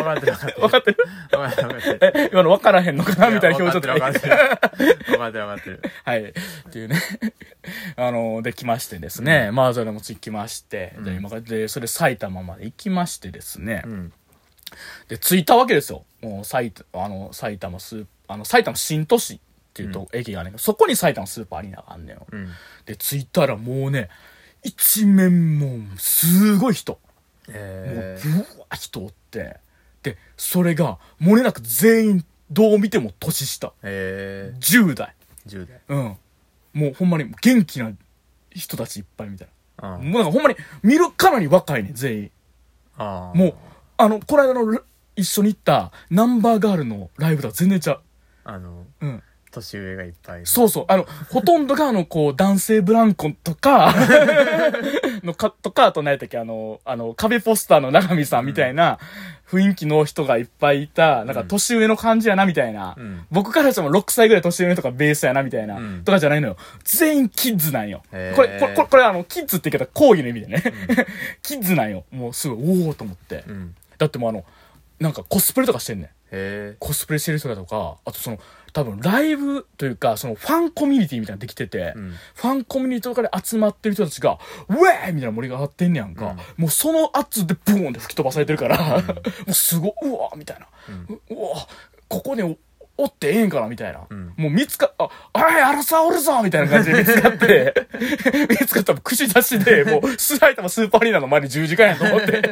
Speaker 2: る。わかってるわかってる。
Speaker 1: 分かってる
Speaker 2: わかってるわかってる。
Speaker 1: え、今の分からへんのかな [LAUGHS] みたいな表情とか
Speaker 2: わかってるわかってる。わかってるわかってる。
Speaker 1: [LAUGHS] はい。っていうね。あの、できましてですね。まあ、それも行きまして。で、今から、で、それ埼玉まで行きましてですね。
Speaker 2: うん。
Speaker 1: で、着いたわけですよ。もう、埼、あの、埼玉スーあの、埼玉新都市っていうと、駅があんねんけどそこに埼玉スーパーアリーナがあんねんよ。
Speaker 2: うん。
Speaker 1: で、着いたらもうね、一面もう、すごい人。もう、ぶわ
Speaker 2: え
Speaker 1: ー人おって。で、それが、漏れなく全員、どう見ても年下。
Speaker 2: ー、え
Speaker 1: 10代。
Speaker 2: ー、10代。
Speaker 1: うん。もうほんまに元気な人たちいっぱいみたい
Speaker 2: あ
Speaker 1: な。もうなんかほんまに見るかなり若いね、全員。
Speaker 2: あー
Speaker 1: もう、あの、この間のラ一緒に行ったナンバーガールのライブとは全然ちゃう。
Speaker 2: あの、
Speaker 1: うん。
Speaker 2: 年上がいっぱいいる。
Speaker 1: そうそう。あの、ほとんどが、あの、こう、男性ブランコと
Speaker 2: [LAUGHS]
Speaker 1: か、のか、とか、あと何やったっけ、あの、あの、壁ポスターの永見さんみたいな雰囲気の人がいっぱいいた、なんか
Speaker 2: うん
Speaker 1: 年上の感じやな、みたいな。
Speaker 2: うん
Speaker 1: 僕からしても6歳ぐらい年上の人がベースやな、みたいな、
Speaker 2: うん
Speaker 1: とかじゃないのよ。全員キッズなんよ。こ
Speaker 2: へ
Speaker 1: れ
Speaker 2: ー、
Speaker 1: これ、これ、これあの、キッズって言い方、講義の意味でね。 [LAUGHS] キッズなんよ。もうすごい、おおーと思って。
Speaker 2: うん。
Speaker 1: だってもうあの、なんかコスプレとかしてんねん。
Speaker 2: へえ。
Speaker 1: コスプレしてる人だとか、あとその、多分ライブというか、そのファンコミュニティみたいなのできてて、
Speaker 2: うん
Speaker 1: ファンコミュニティとかで集まってる人たちが、ウェーイみたいな盛り上がってんねやんか、もうその圧でブーンって吹き飛ばされてるから、 [LAUGHS] もうすごい、うわーみたいな、ううわここでおおってええんかなみたいな、
Speaker 2: ん
Speaker 1: もう見つか、あ、あい、あらさおるぞみたいな感じで見つかって、 [LAUGHS] 見つかったら串出しで、もう、スライタマスーパーアリーナの前に十字架やと思って、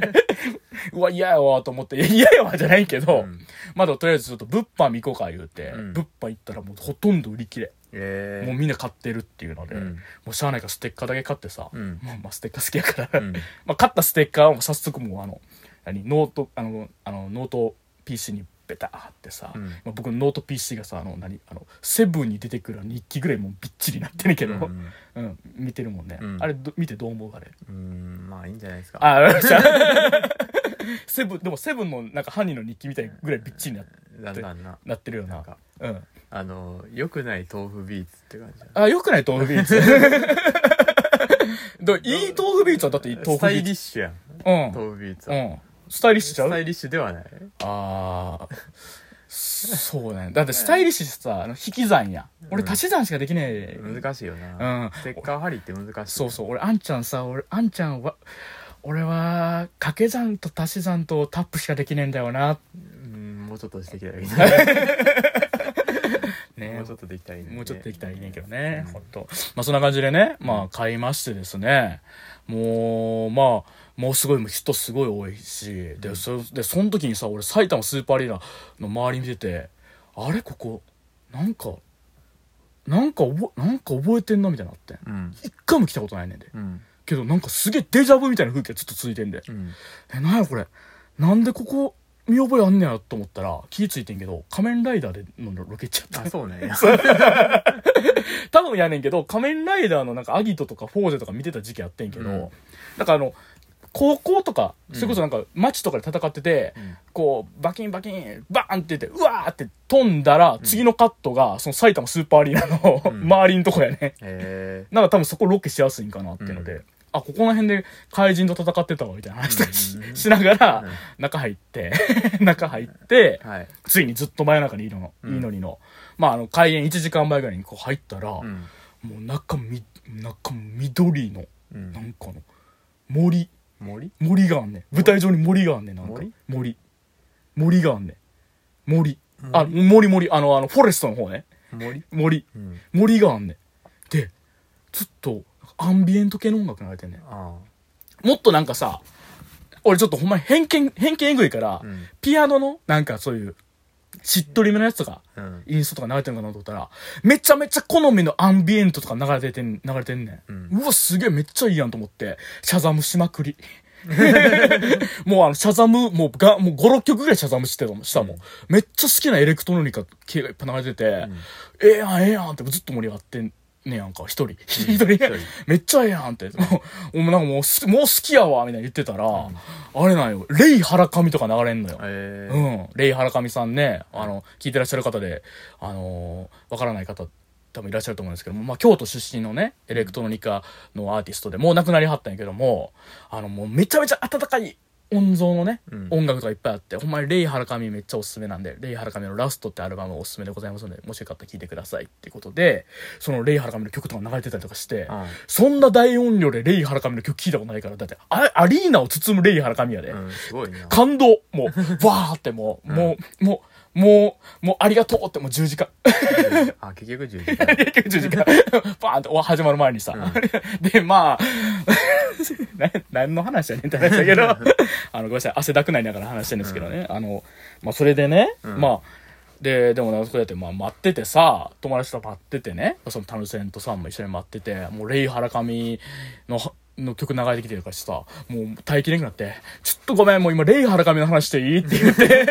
Speaker 1: うわ、嫌やわと思って、いや嫌やわじゃないけど、まだとりあえずちょっと物販見こうか言うて、
Speaker 2: うん
Speaker 1: 物販行ったらもうほとんど売り切れ。
Speaker 2: へえ。
Speaker 1: もうみんな買ってるっていうので、
Speaker 2: うん
Speaker 1: もうしゃあないからステッカーだけ買ってさ、
Speaker 2: うん
Speaker 1: まあ、まあステッカー好きやから、
Speaker 2: うん
Speaker 1: まあ買ったステッカーを早速もうあの何ノートあのあのノート PC にベターってさ、
Speaker 2: うん
Speaker 1: まあ、僕のノート PC がさあの何あのセブンに出てくる日記ぐらいもうびっちりなってるけど、う
Speaker 2: うんん
Speaker 1: 見てるもんね、
Speaker 2: うん
Speaker 1: あれど見てどう思うあれ
Speaker 2: うん、まあいいんじゃないですか。 [LAUGHS]
Speaker 1: ああ [LAUGHS] れセブンでもセブンのなんか犯人の日記みたいぐらいびっちりな
Speaker 2: だんだんな。
Speaker 1: なってるよな
Speaker 2: なんか
Speaker 1: うん、
Speaker 2: あの、良くない豆腐ビーツって感じだね
Speaker 1: あよくない豆腐ビーツ [LAUGHS] だいい豆腐ビーツはだっていい豆
Speaker 2: ス
Speaker 1: 腐
Speaker 2: タ
Speaker 1: ビ
Speaker 2: イ
Speaker 1: ーツ
Speaker 2: リッシュやん。
Speaker 1: うん
Speaker 2: 豆腐ビーツ
Speaker 1: う
Speaker 2: は。
Speaker 1: ん。スタイリッシュ
Speaker 2: ス
Speaker 1: ちゃ
Speaker 2: タ
Speaker 1: う
Speaker 2: イリッシュではない。
Speaker 1: ああ。そうね。だってスタイリッシュってさ、あの引き算や。俺
Speaker 2: うん
Speaker 1: 足し算しかできねえ。
Speaker 2: 難しいよ
Speaker 1: う
Speaker 2: な。
Speaker 1: ん。
Speaker 2: ステッカー貼りって難しい。
Speaker 1: そうそう。俺、あんちゃんさ、俺、あんちゃんは、俺は、掛け算と足し算とタップしかできねえんだよな。
Speaker 2: うん、もうちょっとしてきたらいいね。
Speaker 1: ね
Speaker 2: もうちょっとできたらいいね。
Speaker 1: もうちょっとできたらいいねんけど
Speaker 2: う
Speaker 1: ね
Speaker 2: ん。
Speaker 1: ほんと。まあそんな感じでね、まあ買いましてですね。もう、まあ、もうすごい、もう人すごい多いし、で、そ、で、その時にさ、俺埼玉スーパーアリーナの周り見てて、あれここ、なんか、なんか覚え、なんか覚えてんなみたいになってん。
Speaker 2: うん。
Speaker 1: 一回も来たことないねんで。
Speaker 2: うん。
Speaker 1: けどなんかすげえデジャブみたいな風景ずっと続いてんで。
Speaker 2: うん。
Speaker 1: え、なんやこれ。なんでここ、見覚えあんねやと思ったら気ぃついてんけど仮面ライダーでのロケちゃった
Speaker 2: あ、そうね。
Speaker 1: 多分やねんけど、仮面ライダーのなんかアギトとかフォーゼとか見てた時期あってんけど、
Speaker 2: うん
Speaker 1: なんかあの、高校とか、
Speaker 2: うん
Speaker 1: それこそなんか街とかで戦ってて、
Speaker 2: うん
Speaker 1: こう、バキンバキン、バーンって言って、うわーって飛んだら、次のカットが、その埼玉スーパーアリーナの、[LAUGHS]
Speaker 2: ん
Speaker 1: 周りのとこやね。
Speaker 2: へ
Speaker 1: なんか多分そこロケしやすいんかなっていうので、
Speaker 2: う
Speaker 1: あ、ここら辺で怪人と戦ってたわ、みたいな話とかし,、
Speaker 2: うんうんうん
Speaker 1: しながら
Speaker 2: うん、
Speaker 1: 中入って、 [LAUGHS] 中入って
Speaker 2: え。、はい。
Speaker 1: ついにずっと真夜中にいるの、
Speaker 2: うん
Speaker 1: いいのにの、まああの、開演1時間前ぐらいにこう入ったら、
Speaker 2: うん。
Speaker 1: もう中み中緑の
Speaker 2: う。
Speaker 1: なんんかの森
Speaker 2: 森
Speaker 1: 森があんねん舞台上に森があんねんなんか森
Speaker 2: 森
Speaker 1: 森があんねん森あ
Speaker 2: 森
Speaker 1: 森森あのあのフォレストの方ね
Speaker 2: 森
Speaker 1: 森
Speaker 2: うん。
Speaker 1: 森があんねんでずっとアンビエント系の音楽流れてんねん
Speaker 2: あ
Speaker 1: もっとなんかさ俺ちょっとほんまに偏見偏見えぐいから、
Speaker 2: あ。うん。
Speaker 1: ピアノのなんかそういうしっとりめのやつとか
Speaker 2: うん。
Speaker 1: インストとか流れてるのかなと思ったら、めちゃめちゃ好みのアンビエントとか流れててん、流れてんねん。
Speaker 2: う
Speaker 1: うわ、すげえめっちゃいいやんと思って、シャザムしまくり。 [LAUGHS] もうあの、シャザム、もうが、もう5、6曲ぐらいシャザムしてたもん、したもん。めっちゃ好きなエレクトロニカ系がいっぱい流れてて、ええやん、ええやんってずっと盛り上がってんねやんか、一人。一人
Speaker 2: 人
Speaker 1: めっちゃええやんって。 [LAUGHS] もう、もうなんかもうす、もう好きやわ、みたいな言ってたら、あれなんよ、レイ・ハラカミとか流れんのよ。
Speaker 2: ええ。
Speaker 1: うん。レイ・ハラカミさんね、あの、聞いてらっしゃる方で、あのーわからない方、多分いらっしゃると思うんですけども、まあ、京都出身のね、エレクトロニカのアーティストで、もう亡くなりはったんやけども、あの、もうめちゃめちゃ温かい音像のね、
Speaker 2: うん
Speaker 1: 音楽がいっぱいあって、ほんまにレイ・ハラカミめっちゃおすすめなんで、レイ・ハラカミのラストってアルバムおすすめでございますので、もしよかったら聴いてくださいっていうことで、そのレイ・ハラカミの曲とか流れてたりとかして、
Speaker 2: うん
Speaker 1: そんな大音量でレイ・ハラカミの曲聴いたことないから、だって、あアリーナを包むレイ・ハラカミやで。
Speaker 2: うん。すごいな。
Speaker 1: 感動もう、わーってもう、もう、もう、もう、もうありがとうってもう10時間、 [LAUGHS]
Speaker 2: あ、結局10時間。
Speaker 1: 10時 [LAUGHS] 間、バーンってお始まる前にさ。 [LAUGHS] で、まあ、な何の話やねんって話だけど、 [LAUGHS] あの、ごめんなさい、汗だくなりながら話してるんですけどね。あの、まあ、それでね、
Speaker 2: ん
Speaker 1: まあ、で、でもな、そうやって、まあ、待っててさ、友達と待っててね、そのタヌセンとさんも一緒に待ってて、もう、レイ・ハラカミの、の曲流れてきてるからさ、もう耐えきれなくなって、ちょっとごめん、もう今、レイ・ハラカミの話していいって言って、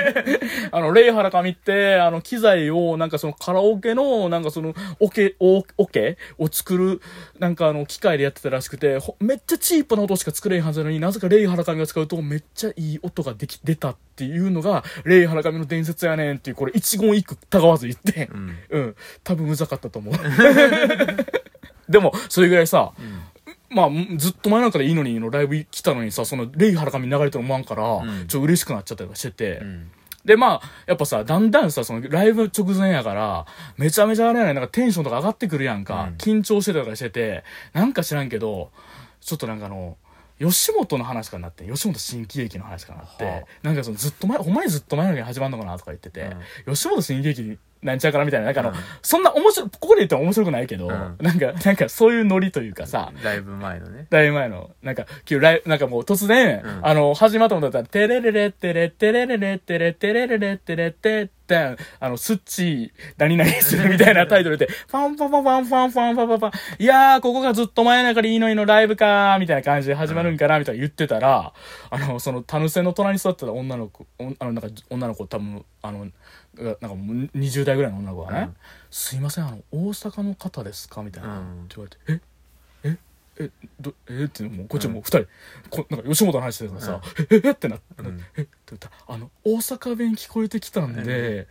Speaker 1: あの、レイ・ハラカミって、あの、機材を、なんかそのカラオケの、なんかその、オケ、オオケを作る、なんかあの、機械でやってたらしくて、ほめっちゃチープな音しか作れへんはずなのになぜかレイ・ハラカミが使うと、めっちゃいい音ができ、出たっていうのが、レイ・ハラカミの伝説やねんっていう、これ一言一句たがわず言って、
Speaker 2: うん。
Speaker 1: うん。多分うざかったと思う。 [LAUGHS] でも、それぐらいさ、まあ、ずっと前なんかでいいのにのライブ来たのにさ、その、レイ・ハラカミ流れてるの思わんから、
Speaker 2: ん
Speaker 1: ちょっと嬉しくなっちゃったりとかしてて、
Speaker 2: うん。
Speaker 1: で、まあ、やっぱさ、だんだんさ、その、ライブ直前やから、めちゃめちゃあれやねんなんかテンションとか上がってくるやんか、
Speaker 2: うん
Speaker 1: 緊張してたりとかしてて、なんか知らんけど、ちょっとなんかあの、吉本の話かなって、吉本新喜劇の話かなって、
Speaker 2: はあ
Speaker 1: なんかそのずっと前、ほんまにずっと前のに始まるのかなとか言ってて、吉本新喜劇なんちゃうからみたいな、なんかあの、
Speaker 2: うん
Speaker 1: そんな面白い、ここで言っても面白くないけど、
Speaker 2: うん
Speaker 1: なんか、なんかそういうノリというかさ、
Speaker 2: ライブ前のね。
Speaker 1: だいぶ前の、なんか、急ライなんかもう突然、
Speaker 2: うん
Speaker 1: あの、始まったもんだったら、テレレレテレテレレレテレテレレレテレテテン、あの、スッチー、何々するみたいなタイトルで、ファンファンファンファンファンファンファンファンファン、いやー、ここがずっと前中でいいのいのライブかー、みたいな感じで始まるんかな、みたいな言ってたら、あの、その、タヌセの隣に座ってた女の子、おあの、なんか、女の子多分、あの、がなんかもう20代ぐらいの女の子がね、
Speaker 2: うん
Speaker 1: すいません、あの、大阪の方ですかみたいな、
Speaker 2: うん
Speaker 1: って言われて、ええ、ど、えってもう、こっちはもう二人、こなんか吉本の話してるからさ、え、え、えってなって、
Speaker 2: うん
Speaker 1: えって言ったら、あの、大阪弁聞こえてきたんで、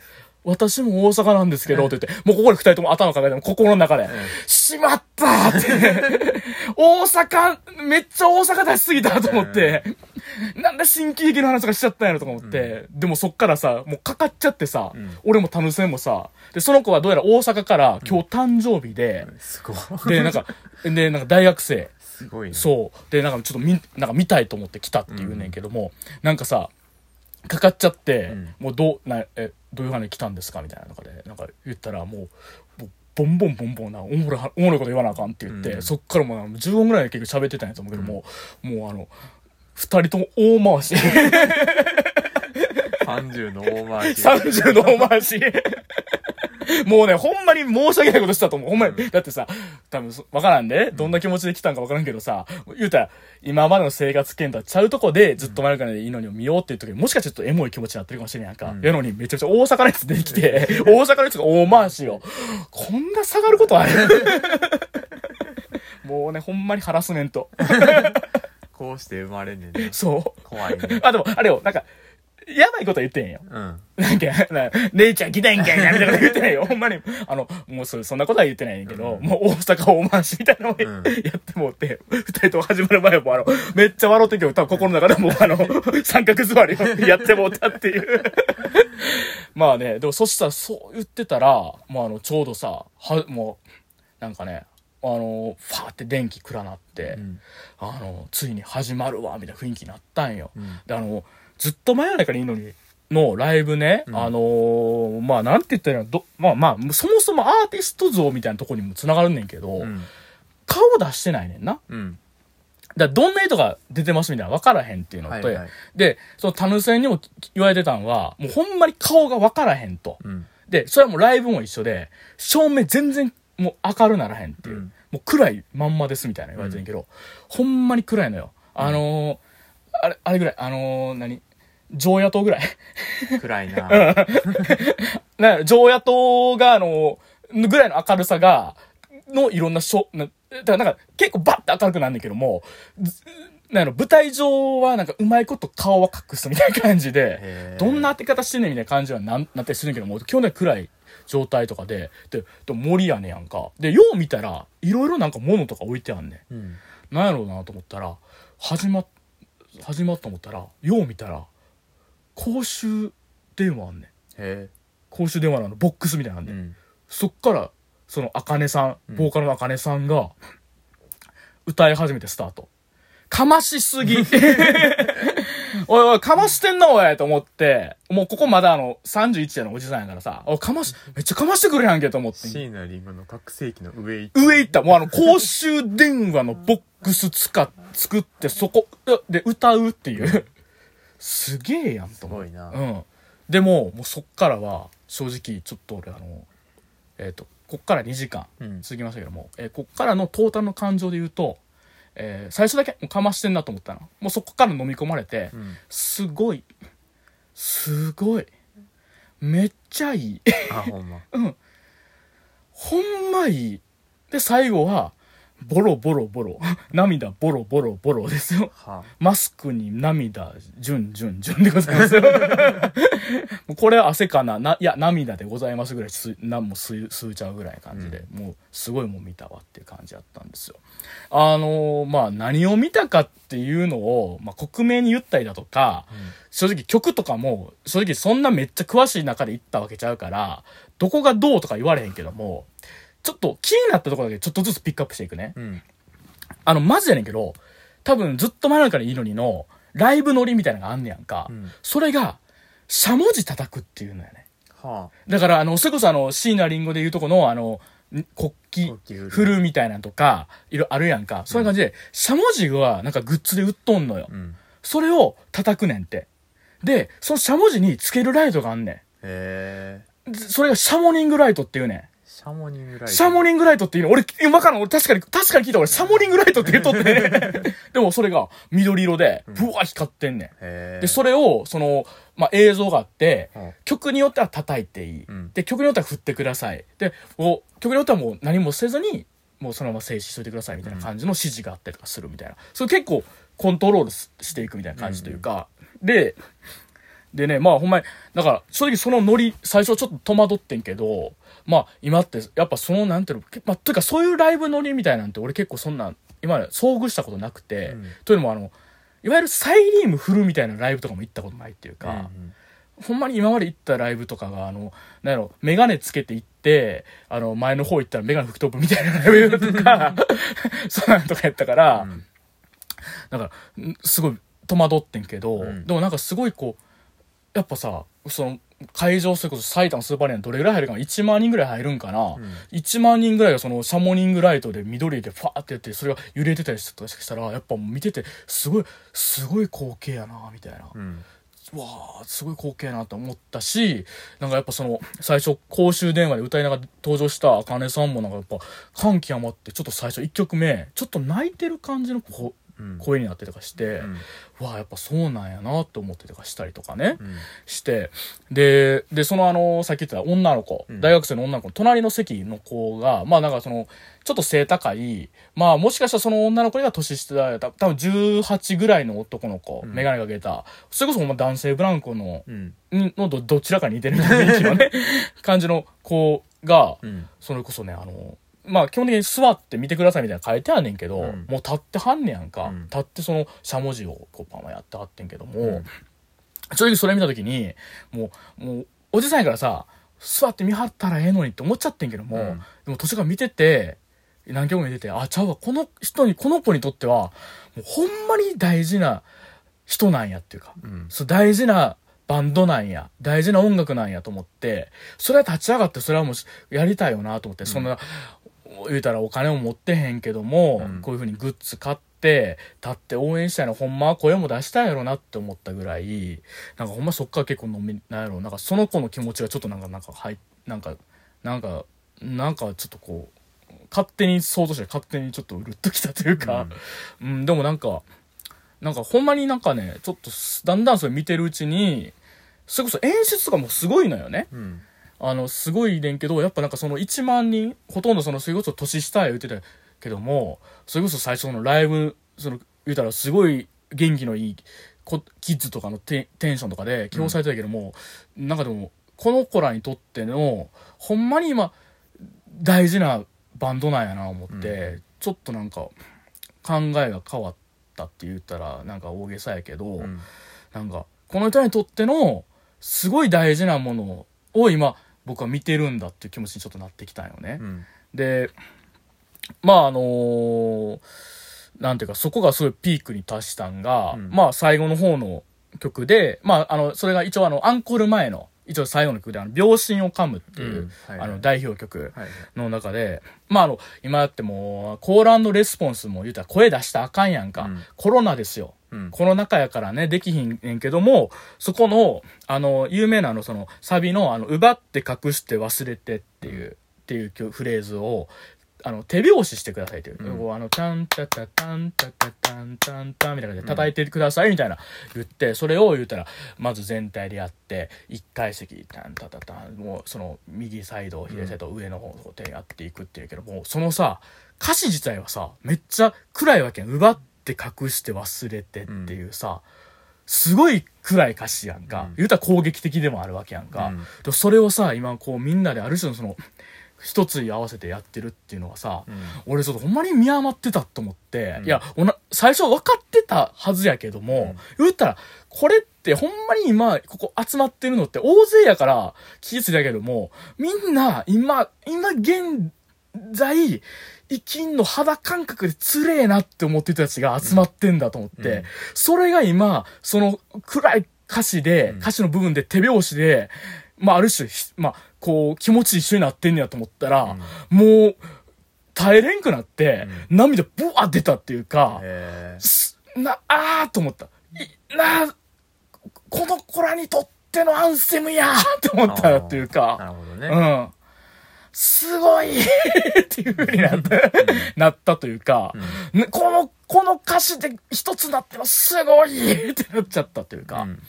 Speaker 1: 私も大阪なんですけど、って言って、もうここで二人とも頭抱えても、心の中で、しまったーって、 [LAUGHS] 大阪、めっちゃ大阪出しすぎたと思って、なんで新喜劇の話とかしちゃったんやろとか思って、でもそっからさ、もうかかっちゃってさ、
Speaker 2: うん
Speaker 1: 俺もタヌセンもさ、で、その子はどうやら大阪から今日誕生日で、
Speaker 2: すごい。
Speaker 1: で、なんか、で、なんか大学生、
Speaker 2: すごいね。
Speaker 1: そう。で、なんかちょっとみ、なんか見たいと思って来たって言うねんけども、なんかさ、かかっちゃって、
Speaker 2: うん
Speaker 1: もうどう、な、え、どういう話来たんですかみたいなのかで、なんか言ったら、もう、もうボンボンボンボンな、おもろいは、おもろいこと言わなあかんって言って、
Speaker 2: うん
Speaker 1: そっからもうなんか15分ぐらい結局喋ってたんやと思うけども、もうあの、二人とも大回し。
Speaker 2: 30の大回し。
Speaker 1: 30の大回し。もうね、ほんまに申し訳ないことしたと思う。ほんまに。だってさ、多分そ、わからんで、どんな気持ちで来たんかわからんけどさ、言うたら、今までの生活圏とはちゃうとこで、ずっと前からでいいのにを見ようっていう時に、もしかしたらちょっとエモい気持ちになってるかもしれんやんか。やのに、めちゃくちゃ大阪のやつ出てきて、 [LAUGHS] 大阪のやつが大回しよ。こんな下がること [LAUGHS] あるもうね、ほんまにハラスメント。
Speaker 2: こうして生まれんねんね。
Speaker 1: そう。
Speaker 2: 怖いね。
Speaker 1: あ、でも、あれよ、なんか、やばいことは言ってんよ。
Speaker 2: うん。
Speaker 1: なんか、な姉ちゃん来たいんかいなみたいなこと言ってないよ。ほんまに。あの、もうそそんなことは言ってないんやけど、もう大阪大回しみたいなのをや
Speaker 2: ん
Speaker 1: ってもうて、二、人とも始まる前はもうあの、めっちゃ笑ってんけど、多分心の中でもうあの、三角座りをやってもうたっていう。まあね、でもそしたらそう言ってたら、もうあの、ちょうどさ、は、もう、なんかね、あの、ファーって電気暗なって、
Speaker 2: うん
Speaker 1: あの、ついに始まるわ、みたいな雰囲気になったんよ。
Speaker 2: うん
Speaker 1: で、あの、ずっと前やないからいいのに、のライブね、あのーまあ、なんて言ったらいいのど、まあまあ、そもそもアーティスト像みたいなとこにも繋がるんねんけど、
Speaker 2: うん。
Speaker 1: 顔出してないねんな。
Speaker 2: うん。
Speaker 1: だからどんな人が出てますみたいなの分からへんっていうのと、
Speaker 2: はいはい
Speaker 1: で、そのタヌセンにも言われてたんは、もうほんまに顔が分からへんと。
Speaker 2: うん。
Speaker 1: で、それはもうライブも一緒で、照明全然もう明るならへんっていう、
Speaker 2: うん
Speaker 1: もう暗いまんまですみたいな言われてんけど、ほんまに暗いのよ。あのーあれ、あれぐらい、あのー何常夜灯ぐらい。 [LAUGHS]
Speaker 2: 暗いな。
Speaker 1: なんや常夜灯が、あのーぐらいの明るさが、のいろんなショな、だからなんか結構バッて明るくなんねんけども、ずなんやろ舞台上はなんかうまいこと顔は隠すみたいな感じ
Speaker 2: へ
Speaker 1: で
Speaker 2: ー、
Speaker 1: どんな当て方してんねんみたいな感じはなんなったりするんやけども、基本的に暗い状態とかで、で、で森やねやんか。で、よう見たら、いろいろなんか物とか置いてあんねん。
Speaker 2: うん。
Speaker 1: なんやろうなと思ったら始まっ始まったと思ったらよう見たら公衆電話あんねん
Speaker 2: へ
Speaker 1: 公衆電話のあのボックスみたいなのあん
Speaker 2: え。
Speaker 1: ね、
Speaker 2: うんん。
Speaker 1: そっからそのあかねさ
Speaker 2: うん
Speaker 1: んボーカルのあかねさんが歌い始めてスタートかましす [LAUGHS] ぎおいおい、かましてんな、おいと思って、もうここまだあの、31やのおじさんやからさ、おいかまし、めっちゃかましてくれやんけと思って。
Speaker 2: 椎名林檎の覚醒器の上行っ
Speaker 1: 上行った。もうあの、公衆電話のボックス使っ、作って、そこで歌うっていう。すげえやん
Speaker 2: す
Speaker 1: と思う。
Speaker 2: ごいな。
Speaker 1: うん。でも、もうそっからは、正直、ちょっと俺あの、えっ、と、こっから2時間
Speaker 2: うん
Speaker 1: 続きましたけども、えーこっからのトータルの感情で言うと、えー最初だけもうかましてんなと思ったの。もうそこから飲み込まれて、
Speaker 2: うん
Speaker 1: すごい。すごい。めっちゃいい。
Speaker 2: あ、ほんま。
Speaker 1: ほんまいい。で、最後は、ボロボロボロ。涙ボロボロボロですよ。
Speaker 2: は
Speaker 1: マスクに涙、じゅんじゅんじゅんでございます。もうこれは汗かな、な、いや、涙でございますぐらいす、なんも吸い、吸うちゃうぐらいな感じで、もう、すごいもう見たわっていう感じだったんですよ。あのーまあ、何を見たかっていうのを、まあ、国名に言ったりだとか、正直曲とかも、正直そんなめっちゃ詳しい中で言ったわけちゃうから、どこがどうとか言われへんけども、ちょっと気になったところだけちょっとずつピックアップしていくね。
Speaker 2: うん。
Speaker 1: あの、マジやねんけど、多分ずっと前なんかにいいのにの、ライブ乗りみたいなのがあんねやんか。
Speaker 2: うん
Speaker 1: それが、しゃもじ叩くっていうのやね。
Speaker 2: は
Speaker 1: だから、あの、それこそあの、椎名林檎でいうとこの、あの、ん国旗
Speaker 2: 国、
Speaker 1: 振
Speaker 2: 旗振る
Speaker 1: るみたいなのとか、いろいろあるやんか。そういう感じで、しゃもじはなんかグッズで売っとんのよ。
Speaker 2: あ。うん。
Speaker 1: それを叩くねんって。で、そのしゃもじにつけるライトがあんね
Speaker 2: へえ。
Speaker 1: ん。それがシャモニングライトっていうねん。
Speaker 2: シャモニングライト。
Speaker 1: シャモニングライトっていうの、俺、今からん俺確かに、確かに聞いた俺、シャモニングライトって言っとって。 [LAUGHS] でもそれが緑色で、ブワー光ってんね
Speaker 2: へ
Speaker 1: ん。
Speaker 2: え。
Speaker 1: で、それを、その、まあ、映像があって
Speaker 2: うん、
Speaker 1: 曲によっては叩いていい
Speaker 2: うん。
Speaker 1: で、曲によっては振ってください。で、もう曲によってはもう何もせずに、もうそのまま静止しといてくださいみたいな感じの指示があったりとかするみたいな。それ結構コントロールすしていくみたいな感じというか。で、でね、まあほんまに、だから正直そのノリ、最初ちょっと戸惑ってんけど、まあ今って、やっぱそのなんていうの、けまあというかそういうライブノリみたいなんて俺結構そんなん、今まで遭遇したことなくて、
Speaker 2: うん
Speaker 1: というのもあの、いわゆるサイリウム振るみたいなライブとかも行ったことないっていうか、
Speaker 2: うん
Speaker 1: ほんまに今まで行ったライブとかが、あの、なんやろ、メガネつけて行って、あの、前の方行ったらメガネ吹き飛ぶみたいなライブとか、そうなんとかやったから、
Speaker 2: うん
Speaker 1: だから、んすごい戸惑ってんけど、
Speaker 2: うん
Speaker 1: でもなんかすごいこう、やっぱさ、その、会場、それこそ埼玉スーパーアリーナどれぐらい入るかな ?1 万人ぐらい入るんかな、
Speaker 2: ん
Speaker 1: ?1 万人ぐらいがそのシャモニングライトで緑でファーってやって、それが揺れてたりしたとしたら、やっぱ見てて、すごい、すごい光景やなみたいな。
Speaker 2: うん。
Speaker 1: うわあすごい光景やなと思ったしなんかやっぱその最初公衆電話で歌いながら登場したあかねさんもなんかやっぱ感極まってちょっと最初1曲目ちょっと泣いてる感じのこ
Speaker 2: うん。
Speaker 1: 声になってとかして、
Speaker 2: うん
Speaker 1: わあやっぱそうなんやなと思ってとかしたりとかね、
Speaker 2: うん。
Speaker 1: してででそのあのさっき言ってた女の子、
Speaker 2: うん
Speaker 1: 大学生の女の子の隣の席の子がまあなんかそのちょっと背高いまあもしかしたらその女の子が年下だった多分18ぐらいの男の子、
Speaker 2: うん
Speaker 1: 眼鏡かけたそれこそほんま男性ブランコの
Speaker 2: うん。
Speaker 1: んのどどちらかに似てるみたいな雰囲気
Speaker 2: [LAUGHS]
Speaker 1: のね感じの子が
Speaker 2: うん。
Speaker 1: それこそねあのまあ基本的に座って見てくださいみたいなの書いてあんねんけど、
Speaker 2: うん
Speaker 1: もう立ってはんねやんか、
Speaker 2: うん
Speaker 1: 立ってそのしゃもじをこうパンはやってはってんけども、
Speaker 2: うん
Speaker 1: 正直それ見た時にもうもうおじさんやからさ座って見張ったらええのにって思っちゃってんけども、
Speaker 2: うん
Speaker 1: でも年が見てて何曲も見ててあちゃうわこの人にこの子にとってはもうほんまに大事な人なんやっていうか、
Speaker 2: うん。
Speaker 1: そう大事なバンドなんや大事な音楽なんやと思ってそれは立ち上がってそれはもうしやりたいよなと思って、そんな言うたらお金も持ってへんけども、
Speaker 2: うん
Speaker 1: こういうふうにグッズ買って立って応援したいのほんまは声も出したいやろなって思ったぐらいなんかほんまそっから結構飲みなんやろなんかその子の気持ちがちょっとなんかなんかはいなんかなんかなんかちょっとこう勝手に想像して勝手にちょっとうるっときたというか、うんでもなんかなんかほんまになんかねちょっとすだんだんそれ見てるうちにそれこそ演出とかもすごいのよね
Speaker 2: うん。
Speaker 1: あのすごいねんけどやっぱなんかその1万人ほとんどそのそれこそ年下や言うてたけどもそれこそ最初のライブその言うたらすごい元気のいいこキッズとかのテテンションとかで起用されてたけども、なんかでもこの子らにとってのほんまに今大事なバンドなんやな思って、
Speaker 2: う
Speaker 1: ちょっとなんか考えが変わったって言ったらなんか大げさやけど、
Speaker 2: うん。
Speaker 1: なんか、この人にとっての、すごい大事なものを今、僕は見てるんだっていう気持ちにちょっとなってきたんよね。
Speaker 2: うん。
Speaker 1: で、まああのーなんていうか、そこがすごいピークに達したんが、
Speaker 2: うん
Speaker 1: まあ最後の方の曲で、まああの、それが一応あの、アンコール前の、一応最後の曲で、あの、秒針を噛むっていう、
Speaker 2: うんはいはい
Speaker 1: あの、代表曲。
Speaker 2: はいはい。
Speaker 1: の中で、まああの、今やってもう、コールレスポンスも言うたら声出したらあかんやんか。
Speaker 2: うん
Speaker 1: コロナですよ。
Speaker 2: うん。
Speaker 1: コロナ禍やからね、できひんねんけども、そこの、あの、有名なあの、その、サビの、あの、奪って隠して忘れてっていう、っていうフレーズを、あの、手拍子してくださいっていう。
Speaker 2: うん
Speaker 1: こうあの、タンタタタンタタタンタンタンみたいな感じで叩いてくださいみたいな言って、それを言ったら、まず全体でやって、一階席、タンタタタン、もうその、右サイド、左サイド、上の方でやっていくっていうけど、もうそのさ、歌詞自体はさ、めっちゃ暗いわけやん。奪って隠して忘れてっていうさ、すごい暗い歌詞やんか。
Speaker 2: うん
Speaker 1: 言うたら攻撃的でもあるわけやんか。
Speaker 2: うん
Speaker 1: でそれをさ、今こうみんなである種のその、一つに合わせてやってるっていうのがさ、俺ちょっとほんまに見余ってたと思って、
Speaker 2: うん
Speaker 1: いや、おな、最初分かってたはずやけども、言ったら、これってほんまに今、ここ集まってるのって大勢やから気づいたけども、みんな今、今現在、生きんの肌感覚でつれえなって思ってる人たちが集まってんだと思って、
Speaker 2: うんうん
Speaker 1: それが今、その暗い歌詞で、
Speaker 2: うん
Speaker 1: 歌詞の部分で手拍子で、まあある種、ひまあ、こう、気持ち一緒になってんねやと思ったら、もう、耐えれんくなって、涙ブワー出たっていうか、
Speaker 2: え
Speaker 1: すな、あーと思った。いなあこの子らにとってのアンセムやーと思ったよっていう
Speaker 2: ー、な
Speaker 1: か、
Speaker 2: るほど
Speaker 1: う
Speaker 2: ね。
Speaker 1: ん。すごいっていう風になった、なったというか、ねこの、この歌詞で一つなってもすごいってなっちゃったというか、
Speaker 2: うん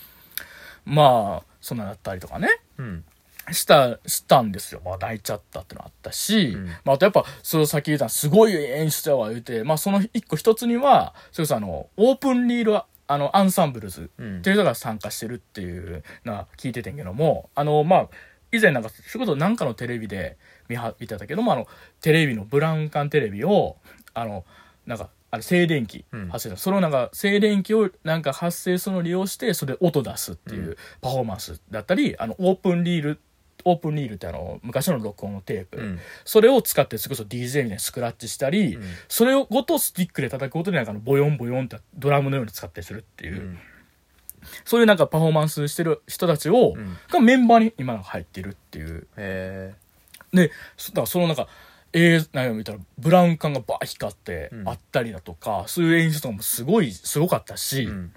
Speaker 1: まあ、そんななったりとかね。
Speaker 2: うん
Speaker 1: した、したんですよ。まあ泣いちゃったってのあったし、
Speaker 2: うん
Speaker 1: まああとやっぱ、その先言ったすごい演出やわ言うて、まあその一個一つには、それこそあの、オープンリール、あの、アンサンブルズ
Speaker 2: うん
Speaker 1: っていう人が参加してるっていうのは聞いててんけども、あの、まあ、以前なんか、そういうことなんかのテレビで見は、見てたけども、あの、テレビの、ブラウン管テレビを、あの、なんか、あれ、静電気
Speaker 2: うん
Speaker 1: 発生した、それをなんか、静電気をなんか発生するのを利用して、それで音出すっていうパフォーマンスだったり、あの、オープンリール、オープンリールってあの、昔の録音のテープ、
Speaker 2: うん
Speaker 1: それを使って、それこそ DJ みたいにスクラッチしたり、
Speaker 2: うん
Speaker 1: それをごとスティックで叩くことでなんかあの、ボヨンボヨンってドラムのように使ったりするっていう。
Speaker 2: うん
Speaker 1: そういうなんかパフォーマンスしてる人たちを、
Speaker 2: うん
Speaker 1: がメンバーに今入ってるっていう。
Speaker 2: え
Speaker 1: で、そだからそのなんか、えー、なんや見たら、ブラウン管がバー光って
Speaker 2: うん
Speaker 1: あったりだとか、そういう演出とかもすごい、すごかったし、
Speaker 2: ーうん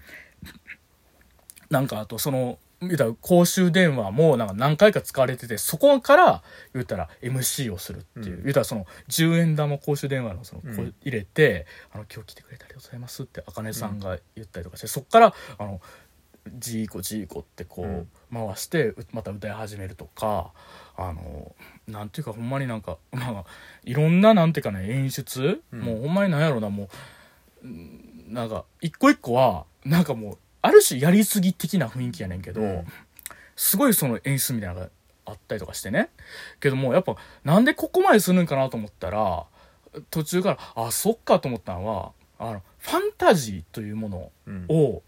Speaker 1: なんかあとその、言ったら公衆電話もなんか何回か使われてて、そこから言ったら MC をするっていう。
Speaker 2: うん
Speaker 1: 言ったらその10円玉公衆電話のその、こ
Speaker 2: う
Speaker 1: うん入れて、あの、今日来てくれてありがとうございますって、あかねさんが言ったりとかして、そこから、あの、ジーコジーコってこ
Speaker 2: う
Speaker 1: うん回して、うまた歌い始めるとか、あの、なんていうかほんまになんか、まあ、いろんななんていうかね、演出、
Speaker 2: うん
Speaker 1: もうほんまになんやろな、もう、なんか一個一個はなんかもうある種やりすぎ的な雰囲気やねんけど、
Speaker 2: うん
Speaker 1: すごいその演出みたいなのがあったりとかしてねけどもやっぱなんでここまでするんかなと思ったら途中からあそっかと思ったのはあのファンタジーというもの
Speaker 2: うん
Speaker 1: を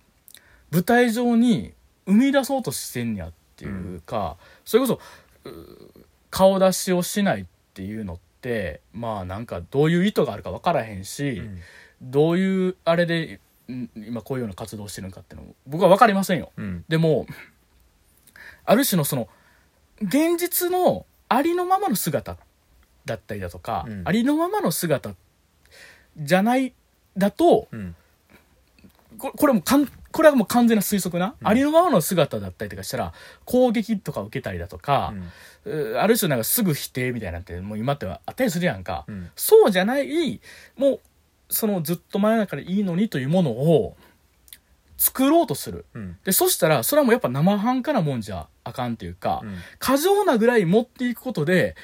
Speaker 1: 舞台上に生み出そうとしてんやっていうか、それこそうー顔出しをしないっていうのってまあなんかどういう意図があるか分からへんし、
Speaker 2: うん
Speaker 1: どういうあれでん今こういうような活動をしてるのかっていうのも僕は分かりませんよ
Speaker 2: うん
Speaker 1: でもある種のその現実のありのままの姿だったりだとか、
Speaker 2: うん
Speaker 1: ありのままの姿じゃないだと
Speaker 2: うん
Speaker 1: ここれもかんこれはもう完全な推測な、
Speaker 2: うん
Speaker 1: ありのままの姿だったりとかしたら攻撃とか受けたりだとか、うある種なんかすぐ否定みたいなんてもう今ってはあったりするやんか、
Speaker 2: うん
Speaker 1: そうじゃない、もう、そのずっと前だからいいのにというものを作ろうとする。
Speaker 2: うん
Speaker 1: で、そしたら、それはもうやっぱ生半可なもんじゃあかんっていうか、
Speaker 2: うん
Speaker 1: 過剰なぐらい持っていくことで、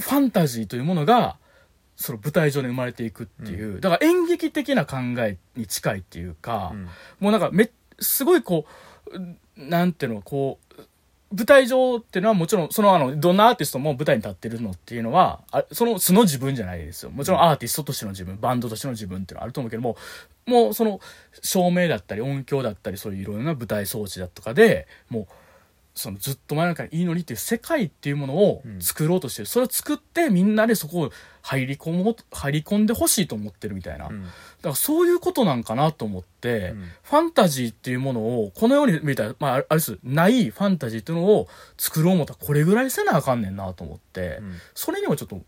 Speaker 1: ファンタジーというものが、その舞台上に生まれていくっていう、だから演劇的な考えに近いっていうか、
Speaker 2: うん
Speaker 1: もうなんかめすごいこううなんていうのこう舞台上っていうのはもちろんそのあのどんなアーティストも舞台に立ってるのっていうのはあその素の自分じゃないですよもちろんアーティストとしての自分バンドとしての自分っていうのはあると思うけどももうその照明だったり音響だったりそういういろんな舞台装置だとかでもうそのずっと前なんからいいのにっていう世界っていうものを
Speaker 2: うん
Speaker 1: 作ろうとしてる、それを作ってみんなでそこを入り込もう入り込んでほしいと思ってるみたいな、
Speaker 2: う
Speaker 1: だ
Speaker 2: ん
Speaker 1: からそういうことなんかなと思って、
Speaker 2: うん
Speaker 1: ファンタジーっていうものを、このように見たら、まあ、あるある種、ないファンタジーっていうのを作ろう思ったらこれぐらいせなあかんねんなと思って、
Speaker 2: うん
Speaker 1: それにもちょっと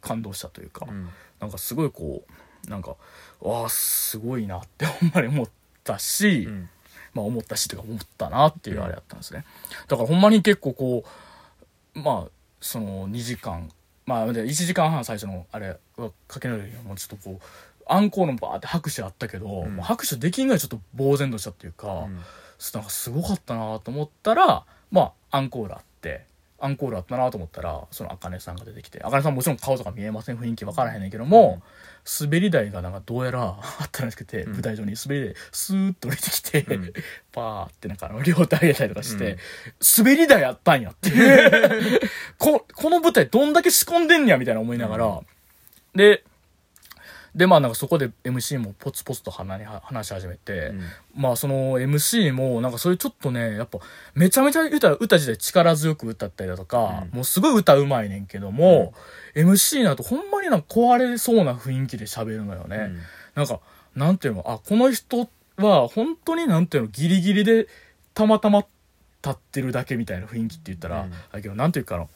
Speaker 1: 感動したというか、
Speaker 2: うん
Speaker 1: なんかすごいこう、なんか、わあ、すごいなってほんまに思ったし、
Speaker 2: うん
Speaker 1: まあ思ったしというか思ったなっていうあれだったんですね。だからほんまに結構こう、まあ、その2時間まあ、で1時間半最初のあれはかけられるよもうちょっとこうアンコールのバーって拍手あったけど、
Speaker 2: ん
Speaker 1: もう拍手できんぐらいちょっと呆然としたっていうか、
Speaker 2: うん
Speaker 1: なんかすごかったなと思ったらまあアンコールあってアンコールあったなと思ったらその茜さんが出てきて茜さんもちろん顔とか見えません雰囲気分からへんねんけども、滑り台がなんかどうやらあったらしくて、舞台上に滑り台スーッと降りてきて、
Speaker 2: ん
Speaker 1: パーってなんかあの両手上げたりとかして、
Speaker 2: うん
Speaker 1: 滑り台あったんやっていう [LAUGHS] ここの舞台どんだけ仕込んでんねやみたいな思いながら、ででまあなんかそこで MC もポツポツと鼻に話し始めて、
Speaker 2: うん
Speaker 1: まあその MC もなんかそういうちょっとねやっぱめちゃめちゃ歌歌自体力強く歌ったりだとか、
Speaker 2: うん
Speaker 1: もうすごい歌うまいねんけども、MC になるとほんまになんか壊れそうな雰囲気で喋るのよね、
Speaker 2: うん
Speaker 1: なんかなんていうのあこの人は本当になんていうのギリギリでたまたま立ってるだけみたいな雰囲気って言ったら、
Speaker 2: うん
Speaker 1: だけどなんていうかあの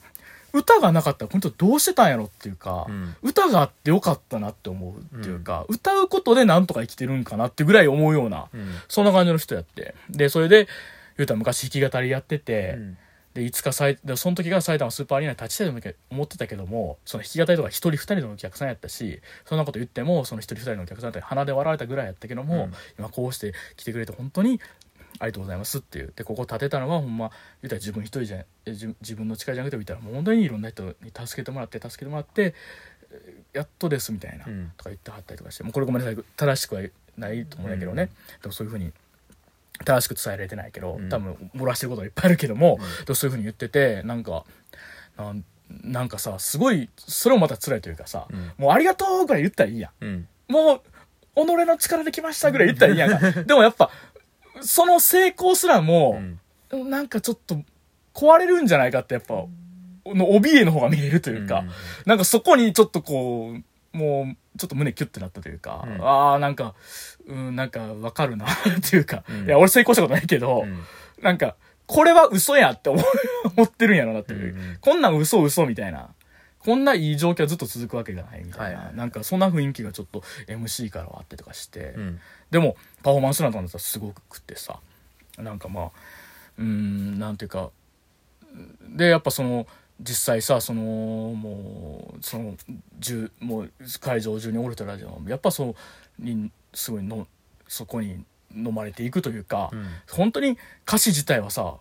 Speaker 1: 歌がなかったら本当どうしてたんやろっていうか、
Speaker 2: うん
Speaker 1: 歌があってよかったなって思うっていうか、歌うことでなんとか生きてるんかなってぐらい思うような、
Speaker 2: うん
Speaker 1: そんな感じの人やって。で、それで、言うたら昔弾き語りやってて、
Speaker 2: うん
Speaker 1: で、いつかさい、でその時が埼玉スーパーアリーナに立ちたいと思って思ってたけども、その弾き語りとか一人二人のお客さんやったし、そんなこと言っても、その一人二人のお客さんって鼻で笑われたぐらいやったけども、
Speaker 2: うん
Speaker 1: 今こうして来てくれて本当にありがとうございますっていう。で、ここ立てたのはほんま、言うたら自分一人じゃ、え自自分の力じゃなくて、言ったらもう本当にいろんな人に助けてもらって、助けてもらって、やっとですみたいな、
Speaker 2: うん
Speaker 1: とか言ってはったりとかしてもうこれごめんなさい正しくはないと思うんだけどね、でもそういうふうに正しく伝えられてないけど、
Speaker 2: うん
Speaker 1: 多分漏らしてることがいっぱいあるけども、でもそういうふうに言っててなんかなんなんかさすごいそれもまた辛いというかさ、
Speaker 2: うん
Speaker 1: もう「ありがとう」ぐらい言ったらいいやん
Speaker 2: うん
Speaker 1: もう己の力できましたぐらい言ったらいいやんかでもやっぱその成功すらも、
Speaker 2: うん
Speaker 1: なんかちょっと壊れるんじゃないかってやっぱ、の怯えの方が見えるというか、
Speaker 2: うん
Speaker 1: なんかそこにちょっとこう、もう、ちょっと胸キュッてなったというか、
Speaker 2: うん
Speaker 1: ああ、なんか、うん、なんかわかるなっていうか、
Speaker 2: うん
Speaker 1: いや、俺成功したことないけど、
Speaker 2: うん
Speaker 1: なんか、これは嘘やって思う [LAUGHS] 思ってるんやろなっていう、
Speaker 2: うんうん
Speaker 1: こんなん嘘嘘みたいな。こんないい状況はずっと続くわけがないみたいな。
Speaker 2: はいはい
Speaker 1: なんかそんな雰囲気がちょっと MC からはあってとかして、
Speaker 2: うん
Speaker 1: でもパフォーマンスなんてのはすごくってさなんかまあうーんなんていうかでやっぱその実際さそのもうその10もう会場中におる人らじゃんやっぱそうにすごいのそこに飲まれていくというか、
Speaker 2: うん
Speaker 1: 本当に歌詞自体はさ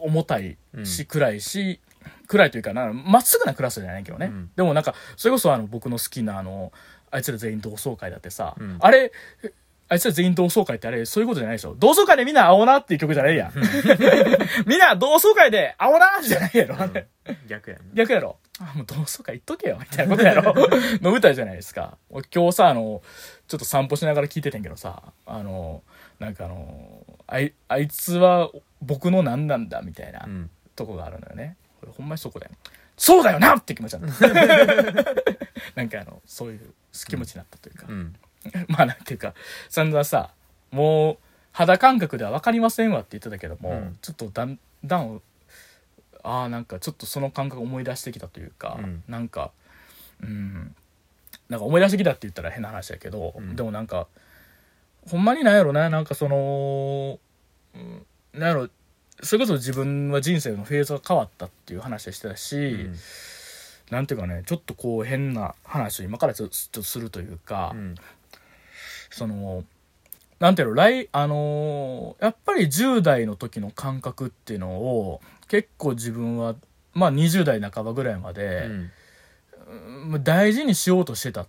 Speaker 1: 重たいし、
Speaker 2: うん
Speaker 1: 暗いし暗いというかなまっすぐな暗さじゃないけどね、
Speaker 2: うん
Speaker 1: でもなんかそれこそあの僕の好きなあのあいつら全員同窓会だってさ、
Speaker 2: うん
Speaker 1: あれあいつら全員同窓会ってあれそういうことじゃないでしょ同窓会でみんな会おうなっていう曲じゃないやん [LAUGHS] みんな同窓会で会おうなじゃないやろ、あれ
Speaker 2: 逆やな
Speaker 1: 逆やろあもう同窓会行っとけよみたいなことや
Speaker 2: [LAUGHS]
Speaker 1: ろの歌じゃないですか俺今日さあのちょっと散歩しながら聞いててんけどさあのなんかあのあいあいつは僕の何なんだみたいな
Speaker 2: うん
Speaker 1: とこがあるのよねこれほんまにそこだよそうだよなって気持
Speaker 2: [LAUGHS]
Speaker 1: ちになったなんかあのそういう気持ちになったというか、
Speaker 2: うん
Speaker 1: [LAUGHS] まあなんていうか散々さもう肌感覚では分かりませんわって言ってたけども、
Speaker 2: うん
Speaker 1: ちょっとだんだんああんかちょっとその感覚思い出してきたというか、
Speaker 2: うん
Speaker 1: なんかうんなんか思い出してきたって言ったら変な話だけど、
Speaker 2: うん
Speaker 1: でもなんかほんまになんやろななんかその、うん、なんやろそれこそ自分は人生のフェーズが変わったっていう話でしてたし、
Speaker 2: うん
Speaker 1: なんていうかねちょっとこう変な話を今からちょちょっとするというか、
Speaker 2: うん
Speaker 1: そのなんていうの来あのーやっぱり10代の時の感覚っていうのを結構自分はまあ20代半ばぐらいま
Speaker 2: う
Speaker 1: で、
Speaker 2: ん
Speaker 1: うん大事にしようとしてた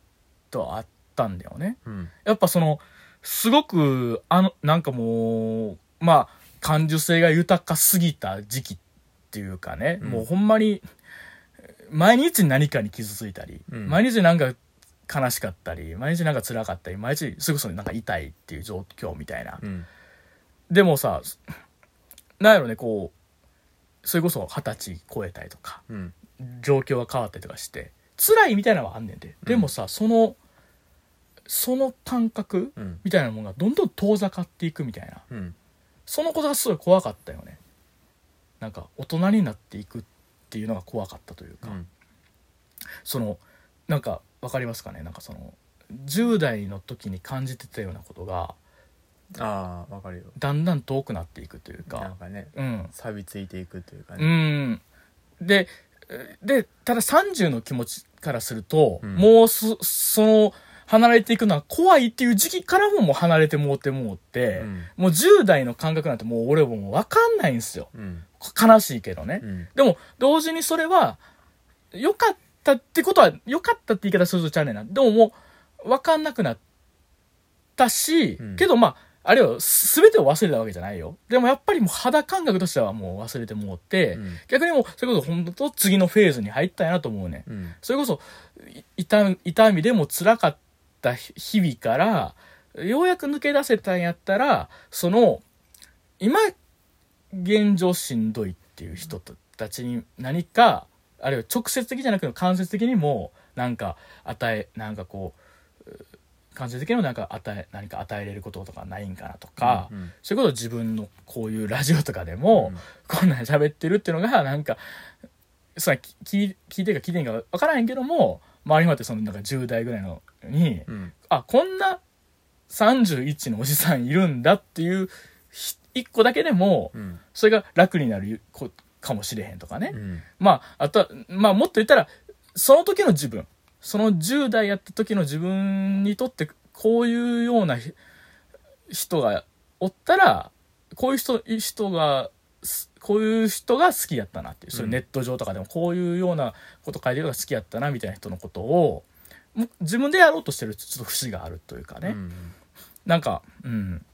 Speaker 1: とはあったんだよね。
Speaker 2: うん
Speaker 1: やっぱそのすごくあのなんかもうまあ感受性が豊かすぎた時期っていうかね、
Speaker 2: うん
Speaker 1: もうほんまに毎日何かに傷ついたり、
Speaker 2: うん
Speaker 1: 毎日なんか悲しかったり毎日なんか辛かったり毎日すぐそれなんか痛いっていう状況みたいな、
Speaker 2: うん
Speaker 1: でもさなんやろねこうそれこそ二十歳超えたりとか
Speaker 2: うん
Speaker 1: 状況が変わったりとかして辛いみたいなのはあんねんででもさ、そのその感覚
Speaker 2: うん
Speaker 1: みたいなものがどんどん遠ざかっていくみたいな
Speaker 2: うん
Speaker 1: そのことがすごい怖かったよねなんか大人になっていくっていうのが怖かったというか、
Speaker 2: うん
Speaker 1: そのなんかわかりますかねなんかその10代の時に感じてたようなことが
Speaker 2: ああわかるよ
Speaker 1: だんだん遠くなっていくという
Speaker 2: なん
Speaker 1: か
Speaker 2: かね
Speaker 1: うん
Speaker 2: 錆びついていくというか
Speaker 1: う
Speaker 2: ね
Speaker 1: んでで、ただ30の気持ちからすると、
Speaker 2: うん
Speaker 1: もうそ、その、離れていくのは怖いっていう時期からももう離れてもうてもうって、
Speaker 2: うん
Speaker 1: もう10代の感覚なんてもう俺はもう分かんないんですよ。
Speaker 2: うん
Speaker 1: 悲しいけどね。
Speaker 2: うん
Speaker 1: でも、同時にそれは、良かったってことは、良かったって言い方するとちゃうねんな。でももう、わかんなくなったし、
Speaker 2: うん
Speaker 1: けどまあ、あれよ、すべてを忘れたわけじゃないよ。でもやっぱりもう肌感覚としてはもう忘れてもうて、
Speaker 2: うん
Speaker 1: 逆にもう、それこそ本当と次のフェーズに入ったんやなと思うねん。
Speaker 2: うん
Speaker 1: それこそ、い痛痛みでも辛かった日々から、ようやく抜け出せたんやったら、その、今、現状しんどいっていう人たちに何か、あるいは直接的じゃなくても間接的にも、なんか、与え、なんかこう、間接的にもなんか与え、何か与えれることとかないんかなとか、
Speaker 2: うんうん
Speaker 1: そういうこと自分のこういうラジオとかでも、
Speaker 2: うん
Speaker 1: こんなん喋ってるっていうのがなんかさき聞聞いてるか聞いてんか分からへんけども周りまでそのなんか10代ぐらいのに、
Speaker 2: うん
Speaker 1: あこんな31のおじさんいるんだっていうひ一個だけでも
Speaker 2: うん
Speaker 1: それが楽になるこかもしれへんとかね、
Speaker 2: うん
Speaker 1: まああとは、まあ、もっと言ったらその時の自分その10代やった時の自分にとってこういうようなひ人がおったらこういう人人がすこういう人が好きやったなっていう、それ
Speaker 2: うん
Speaker 1: ネット上とかでもこういうようなこと書いてるのが好きやったなみたいな人のことをも自分でやろうとしてるちょっと節があるというかね、
Speaker 2: うん
Speaker 1: なんか、うん。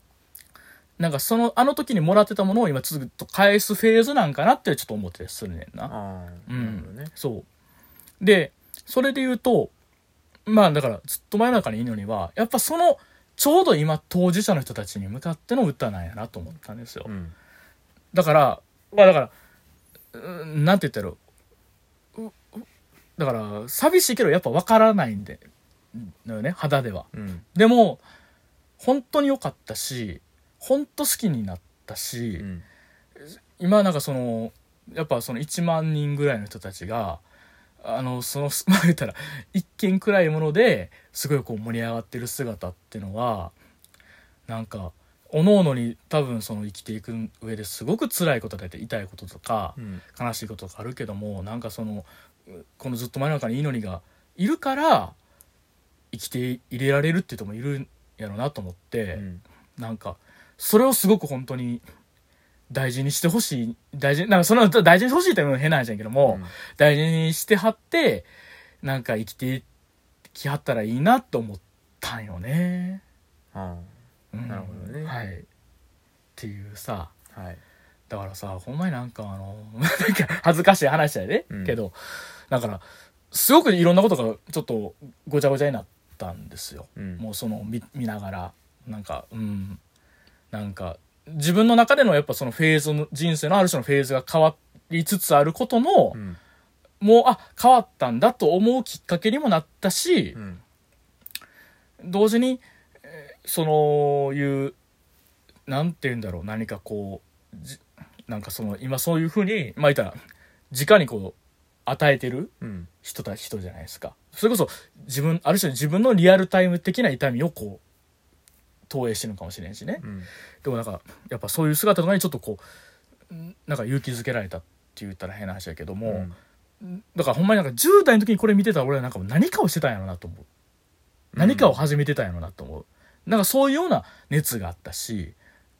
Speaker 1: なんかその、あの時にもらってたものを今ずっと返すフェーズなんかなってちょっと思ってたりするねんな。
Speaker 2: ああ
Speaker 1: う
Speaker 2: なるほど
Speaker 1: ん。
Speaker 2: ね
Speaker 1: そう。で、それで言うと、まあだからずっと真夜中にいるのには、やっぱその、ちょうど今当事者の人たちに向かっての歌なんやなと思ったんですよ。
Speaker 2: うん
Speaker 1: だから、まあだから、うんなんて言ったらいいのううだから、寂しいけどやっぱ分からないんで、のよね、肌では。
Speaker 2: うん
Speaker 1: でも本当に良かったし本当好きになったし、
Speaker 2: うん
Speaker 1: 今なんかそのやっぱその1万人ぐらいの人たちがあのその [LAUGHS] まあ言ったら一見暗いものですごいこう盛り上がってる姿っていうのはなんか各々に多分その生きていく上ですごく辛いことだって痛いこととか
Speaker 2: うん
Speaker 1: 悲しいこととかあるけどもなんかそのうこのずっと真夜中に祈りがいるから生きていれられるっていう人もいるんやろうなと思って、
Speaker 2: うん
Speaker 1: なんかそれをすごく本当に大事にしてほしい大事なんかその大事にしてほしいっていうのも変な話やけども、
Speaker 2: うん
Speaker 1: 大事にしてはってなんか生きてきはったらいいなと思ったんよね。
Speaker 2: あ
Speaker 1: うん
Speaker 2: なるほどね
Speaker 1: はい、っていうさ
Speaker 2: あはい
Speaker 1: だからさほんまになんかあの [LAUGHS] なんか恥ずかしい話やで、
Speaker 2: うん
Speaker 1: けどだからすごくいろんなことがちょっとごちゃごちゃになったんですよ、
Speaker 2: うん
Speaker 1: もうその見見ながらなんかうんなんか自分の中でのやっぱそのフェーズの人生のある種のフェーズが変わりつつあることの、
Speaker 2: うん
Speaker 1: もうあ変わったんだと思うきっかけにもなったし
Speaker 2: う、ん
Speaker 1: 同時に、えーそのいうなんて言うんだろう何かこうじなんかその今そういうふうにまあ言ったら直にこう与えてる
Speaker 2: うん
Speaker 1: 人たち人じゃないですかそれこそ自分ある種自分のリアルタイム的な痛みをこう投影してるのかもしれんしね
Speaker 2: うん
Speaker 1: でもなんかやっぱそういう姿とかにちょっとこうんなんか勇気づけられたって言ったら変な話だけども、
Speaker 2: うん
Speaker 1: だからほんまになんか10代の時にこれ見てたら俺はなんかもう何かをしてたんやろなと思う何かを始めてたんやろなと思う、なんかそういうような熱があったし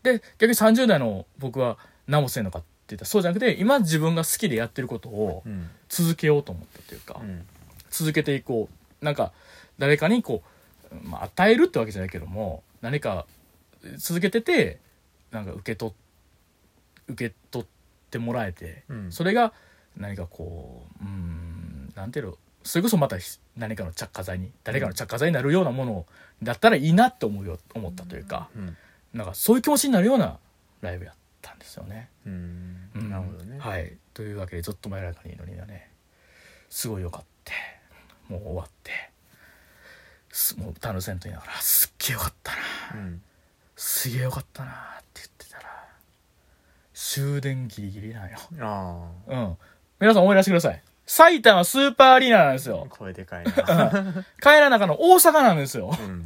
Speaker 1: で逆に30代の僕は何もせんのかって言ったらそうじゃなくて今自分が好きでやってることを
Speaker 2: うん
Speaker 1: 続けようと思ったというか、
Speaker 2: うん
Speaker 1: 続けていこうなんか誰かにこう、まあ、与えるってわけじゃないけども何か続けててなんか受け取っ受け取ってもらえて、
Speaker 2: うん
Speaker 1: それが何かこううーんなんていうのそれこそまたひ何かの着火剤に誰かの着火剤になるようなものだったらいいなって思うよ思ったというか、
Speaker 2: うん
Speaker 1: なんかそういう気持ちになるようなライブやったんですよね。
Speaker 2: うん
Speaker 1: うん
Speaker 2: なるほどね
Speaker 1: はい、というわけでちょっと前らかに祈りがねすごい良かったもう終わってすもうタヌセンと言いながらすっげえ良かったな
Speaker 2: うん
Speaker 1: すげえ良かったなって言ってたら終電ギリギリなんよ
Speaker 2: あ
Speaker 1: うん皆さん思い出してください埼玉スーパーアリーナなんです
Speaker 2: あ
Speaker 1: よ
Speaker 2: 声でかい
Speaker 1: [LAUGHS]
Speaker 2: な
Speaker 1: 帰らなかの大阪なんですよ
Speaker 2: うん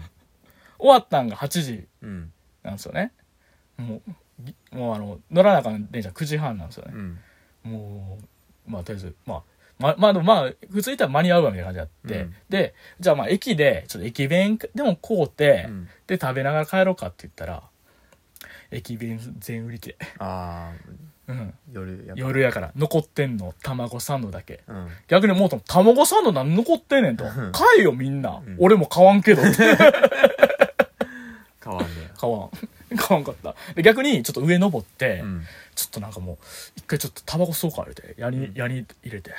Speaker 1: 終わったんが8時
Speaker 2: うん
Speaker 1: なんですよねもうぎもうあの乗らなあかん電車9時半なんですよね
Speaker 2: うん
Speaker 1: もうまあとりあえずまあま、まあ、でもまあ、普通にいたら間に合うわみたいな感じになって、
Speaker 2: うん
Speaker 1: で、じゃあまあ駅で、ちょっと駅弁でも買うて、
Speaker 2: うん
Speaker 1: で食べながら帰ろうかって言ったら、駅弁全売り切れ。
Speaker 2: ああ
Speaker 1: うん。
Speaker 2: 夜やっぱ
Speaker 1: 夜やから、残ってんの、卵サンドだけ。
Speaker 2: うん
Speaker 1: 逆にもうと、卵サンドなん残ってんねんと。
Speaker 2: ん
Speaker 1: 買えよみんな。
Speaker 2: うん
Speaker 1: 俺も買わんけど [LAUGHS] って。
Speaker 2: 変わんね
Speaker 1: 買わん。 [LAUGHS] 買わんかった。で逆に、ちょっと上登って、
Speaker 2: やうん
Speaker 1: ちょっとなんかもう、一回ちょっとタバコ吸おうか、言うて、やに、やに入れて、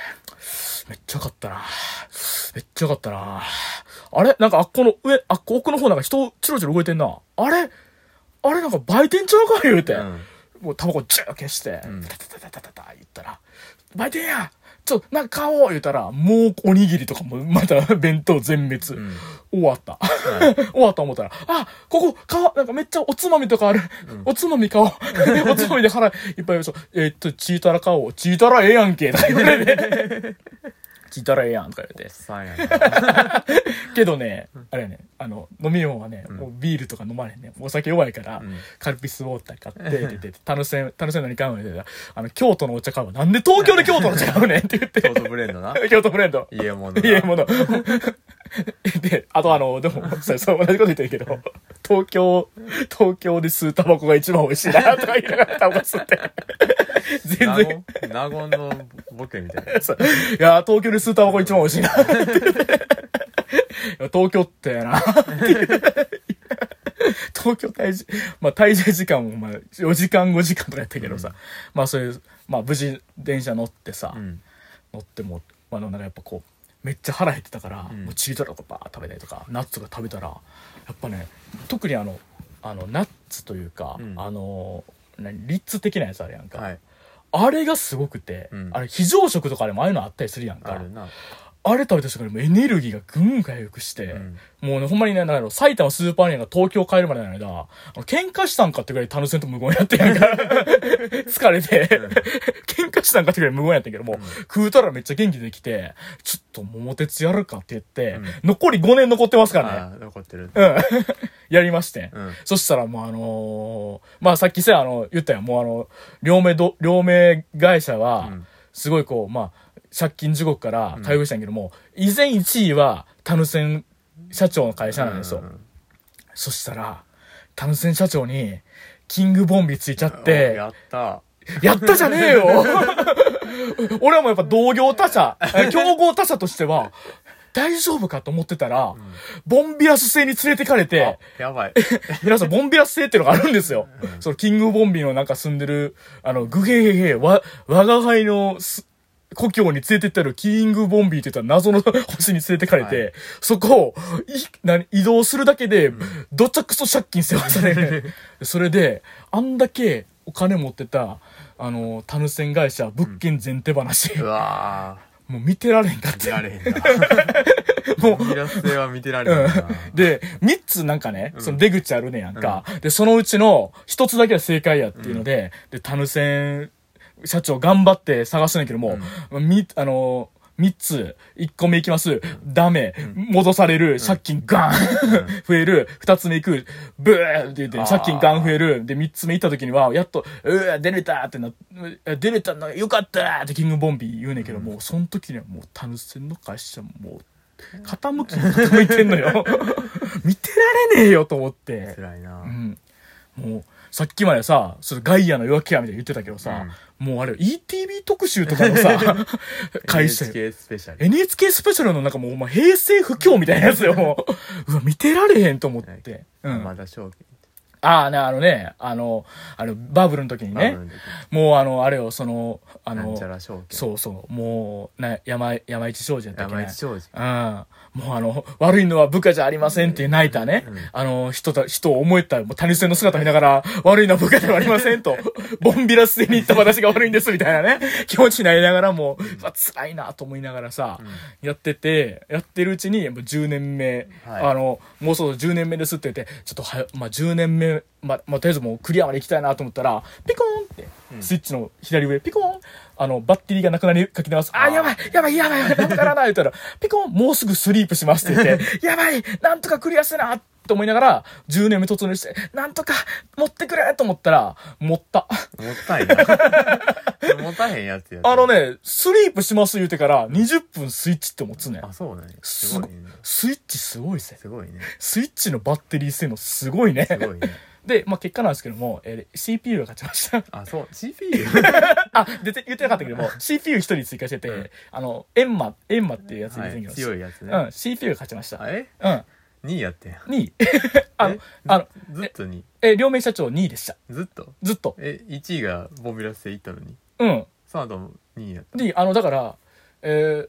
Speaker 1: めっちゃよかったなめっちゃよかったなあれなんかあっこの上、あっこ奥の方なんか人、チロチロ動いてんな。あれあれなんか売店ちゃうか言うて、
Speaker 2: うん
Speaker 1: もうタバコジュー消して、
Speaker 2: うん
Speaker 1: タタタタタタタ言ったら、売店やちょっとなんか買おう言うたら、もうおにぎりとかもまた弁当全滅。
Speaker 2: うん
Speaker 1: 終わった。終わった思ったら、あ、ここ、買おうなんかめっちゃおつまみとかある。おつまみ [LAUGHS] 買おう。おつまみで腹いっぱいそう。えーっと、チータラ買おう。チータラええやんけ。とか言われて。チータラええやん。とか言われて。
Speaker 2: さあやな
Speaker 1: けどね、あれやね、あの、飲み物はね、もうビールとか飲まれへんね。お酒弱いから、
Speaker 2: うん
Speaker 1: カルピスウォーター買って、でででタヌセン、タヌセン何買うのって言ったらあの、京都のお茶買うわ。なんで東京で京都のお茶買うねんって言って。
Speaker 2: 京都ブレン
Speaker 1: [LAUGHS]
Speaker 2: ドな
Speaker 1: 京都ブレンド。
Speaker 2: 家物ない
Speaker 1: や、もうの。で、あとあの、でも、それ、そう、同じこと言ってるけど、東京、東京で吸うタバコが一番美味しいな、とか言いながらタバコ吸って。全
Speaker 2: 納
Speaker 1: 然。
Speaker 2: 言納言のボケみたいな
Speaker 1: [LAUGHS] そういや、東京で吸うタバコ一番美味しいな、って言っていや東京ってやな、って東京滞在、まあ滞在時間もまあ4時間5時間とかやったけどさ、まあそういう、まあ無事電車乗ってさ、
Speaker 2: うん
Speaker 1: 乗っても、まあ、なんかやっぱこうめっちゃ腹減ってたから、
Speaker 2: ん
Speaker 1: もうチートラとかバーッ食べたりとかナッツとか食べたらやっぱね特にあのあのナッツというか、
Speaker 2: うん
Speaker 1: あの何リッツ的なやつあるやんか、
Speaker 2: はい
Speaker 1: あれがすごくて、
Speaker 2: うん
Speaker 1: あれ非常食とかでもああいうのあったりするやん
Speaker 2: あ
Speaker 1: か
Speaker 2: るな
Speaker 1: あれ食べた瞬間にもうエネルギーがぐん回復して、
Speaker 2: ん
Speaker 1: もうねほんまにねなんだろう埼玉スーパーアリーナが東京帰るまでの間あの喧嘩したんかってぐらいタヌセンと無言やってんやんか [LAUGHS] 疲れて、喧嘩したんかってぐらい無言やったんやけども、食うたらめっちゃ元気できてちょっと桃鉄やるかって言って、残り5年残ってますからね
Speaker 2: あー残ってる
Speaker 1: うん。やりまして。
Speaker 2: うん
Speaker 1: そしたらもうあのーまあさっきさ、あの、言ったやん、もうあの、両名ど、両名会社は
Speaker 2: うん、
Speaker 1: すごいこう、まあ、借金地獄から回復したんやけども、依然1位は、タヌセン社長の会社なんですよ。
Speaker 2: うん
Speaker 1: そしたら、タヌセン社長に、キングボンビついちゃっ
Speaker 2: お
Speaker 1: て、
Speaker 2: やった
Speaker 1: やったじゃねえ
Speaker 2: [LAUGHS]
Speaker 1: よ俺はもうやっぱ同業他社、え競合他社としては、大丈夫かと思ってたら、ボンビアス製に連れてかれて、[LAUGHS]
Speaker 2: やばい
Speaker 1: 皆さん、ボンビラス製っていうのがあるんですよ。その、キングボンビーのなんか住んでる、あの、グヘヘヘ、わ、我が輩のす故郷に連れてったるキングボンビーって言った謎の [LAUGHS] 星に連れてかれて、
Speaker 2: は
Speaker 1: そこを、い、何、移動するだけで、どっちゃくそ借金してましたね。 [LAUGHS] それで、あんだけお金持ってた、あの、タヌセン会社、物件全手放し、
Speaker 2: うわ
Speaker 1: もう見てられへんかっ
Speaker 2: ー
Speaker 1: た
Speaker 2: 見。られへんな
Speaker 1: [LAUGHS] もう
Speaker 2: 見らせは見てられへんな
Speaker 1: で、3つなんかね、その出口あるねやんか。で、そのうちの1つだけは正解やっていうので、で、タヌセン社長頑張って探すねんけども、み、あのー、3つ、1個目いきます。ダメ。戻される。借金ガン [LAUGHS] 増える。2つ目いく。ブーって言って、
Speaker 2: あー
Speaker 1: 借金ガン増える。で、3つ目行った時には、やっと、うー出れたってな、え出れたのよかったってキングボンビー言うねんけども、その時にはもうタヌセンの会社もう傾きに傾いてんのよ [LAUGHS] 見てられねえよと思って、
Speaker 2: 辛いな
Speaker 1: うん、もうさっきまでさそれガイアの夜明けやみたいに言ってたけどさ、もうあれ ETV 特集とかの
Speaker 2: [LAUGHS]
Speaker 1: さ会社よ
Speaker 2: NHK スペシャル
Speaker 1: NHK スペシャルのなんかもうお前平成不況みたいなやつよ
Speaker 2: [LAUGHS]
Speaker 1: もううわ見てられへんと思って、うん、
Speaker 2: まだ証券
Speaker 1: ああねあのねあのあのバブルの時に
Speaker 2: バブ
Speaker 1: ね
Speaker 2: ルの時
Speaker 1: もうあのあれよそのあ
Speaker 2: なん
Speaker 1: の
Speaker 2: ちゃら証券
Speaker 1: そうそうもうな山山一商事やったっけ、ね、
Speaker 2: 山一商事
Speaker 1: うん。もうあの、悪いのは部下じゃありませんっていう泣いたね、あの、人た、人を思えた、もう谷線の姿見ながら、悪いのは部下ではありませんと、ボンビラスでに行った私が悪いんですみたいなね、 [LAUGHS] 気持ちになりながらも、うわ辛いなと思いながらさ、やってて、やってるうちに、もう10年目、
Speaker 2: はい
Speaker 1: あの、もうそろそろ10年目ですって言って、ちょっとはよ、まあ、10年目、まあ、まあ、とりあえずもうクリアまで行きたいなと思ったら、ピコーンって、スイッチの左上、ピコーンあの、バッテリーがなくなりかけてます。あー、やばいやばいや [LAUGHS] ばいやばいなんとかならない言ったら、ピコンもうすぐスリープしますって言って、やばいなんとかクリアせなってって思いながら、10年目突入して、なんとか持ってくれと思ったら、持った。
Speaker 2: もっ
Speaker 1: [LAUGHS]
Speaker 2: たいな。もったへんやつや。
Speaker 1: あの。ね、スリープします言うてから20分スイッチって持つねん。
Speaker 2: あ、そうなんや。すごいね。
Speaker 1: スイッチすごいぜ。
Speaker 2: すごいね。
Speaker 1: スイッチのバッテリー性能すごいね。
Speaker 2: すごいね。
Speaker 1: で、まあ、結果なんですけども、えー CPU が勝ちました。
Speaker 2: あ、そう。CPU?
Speaker 1: [LAUGHS] あ、出て、言ってなかったけども、CPU 一人追加してて、あの、エンマ、エンマっていうやつ入
Speaker 2: は
Speaker 1: れてん
Speaker 2: い
Speaker 1: けど、
Speaker 2: 強いやつ
Speaker 1: う
Speaker 2: ね。
Speaker 1: ん、CPU が勝ちました。
Speaker 2: あえ
Speaker 1: うん。
Speaker 2: ?2 位やってんや。
Speaker 1: 2位。
Speaker 2: [LAUGHS]
Speaker 1: あの
Speaker 2: え、
Speaker 1: あの、
Speaker 2: ずっと2。
Speaker 1: え、両名社長2位でした。
Speaker 2: ずっと。
Speaker 1: ずっと。
Speaker 2: え、1位がボビラスで行ったのに。
Speaker 1: うん。
Speaker 2: その後も2位やった。
Speaker 1: で、あの、だから、えー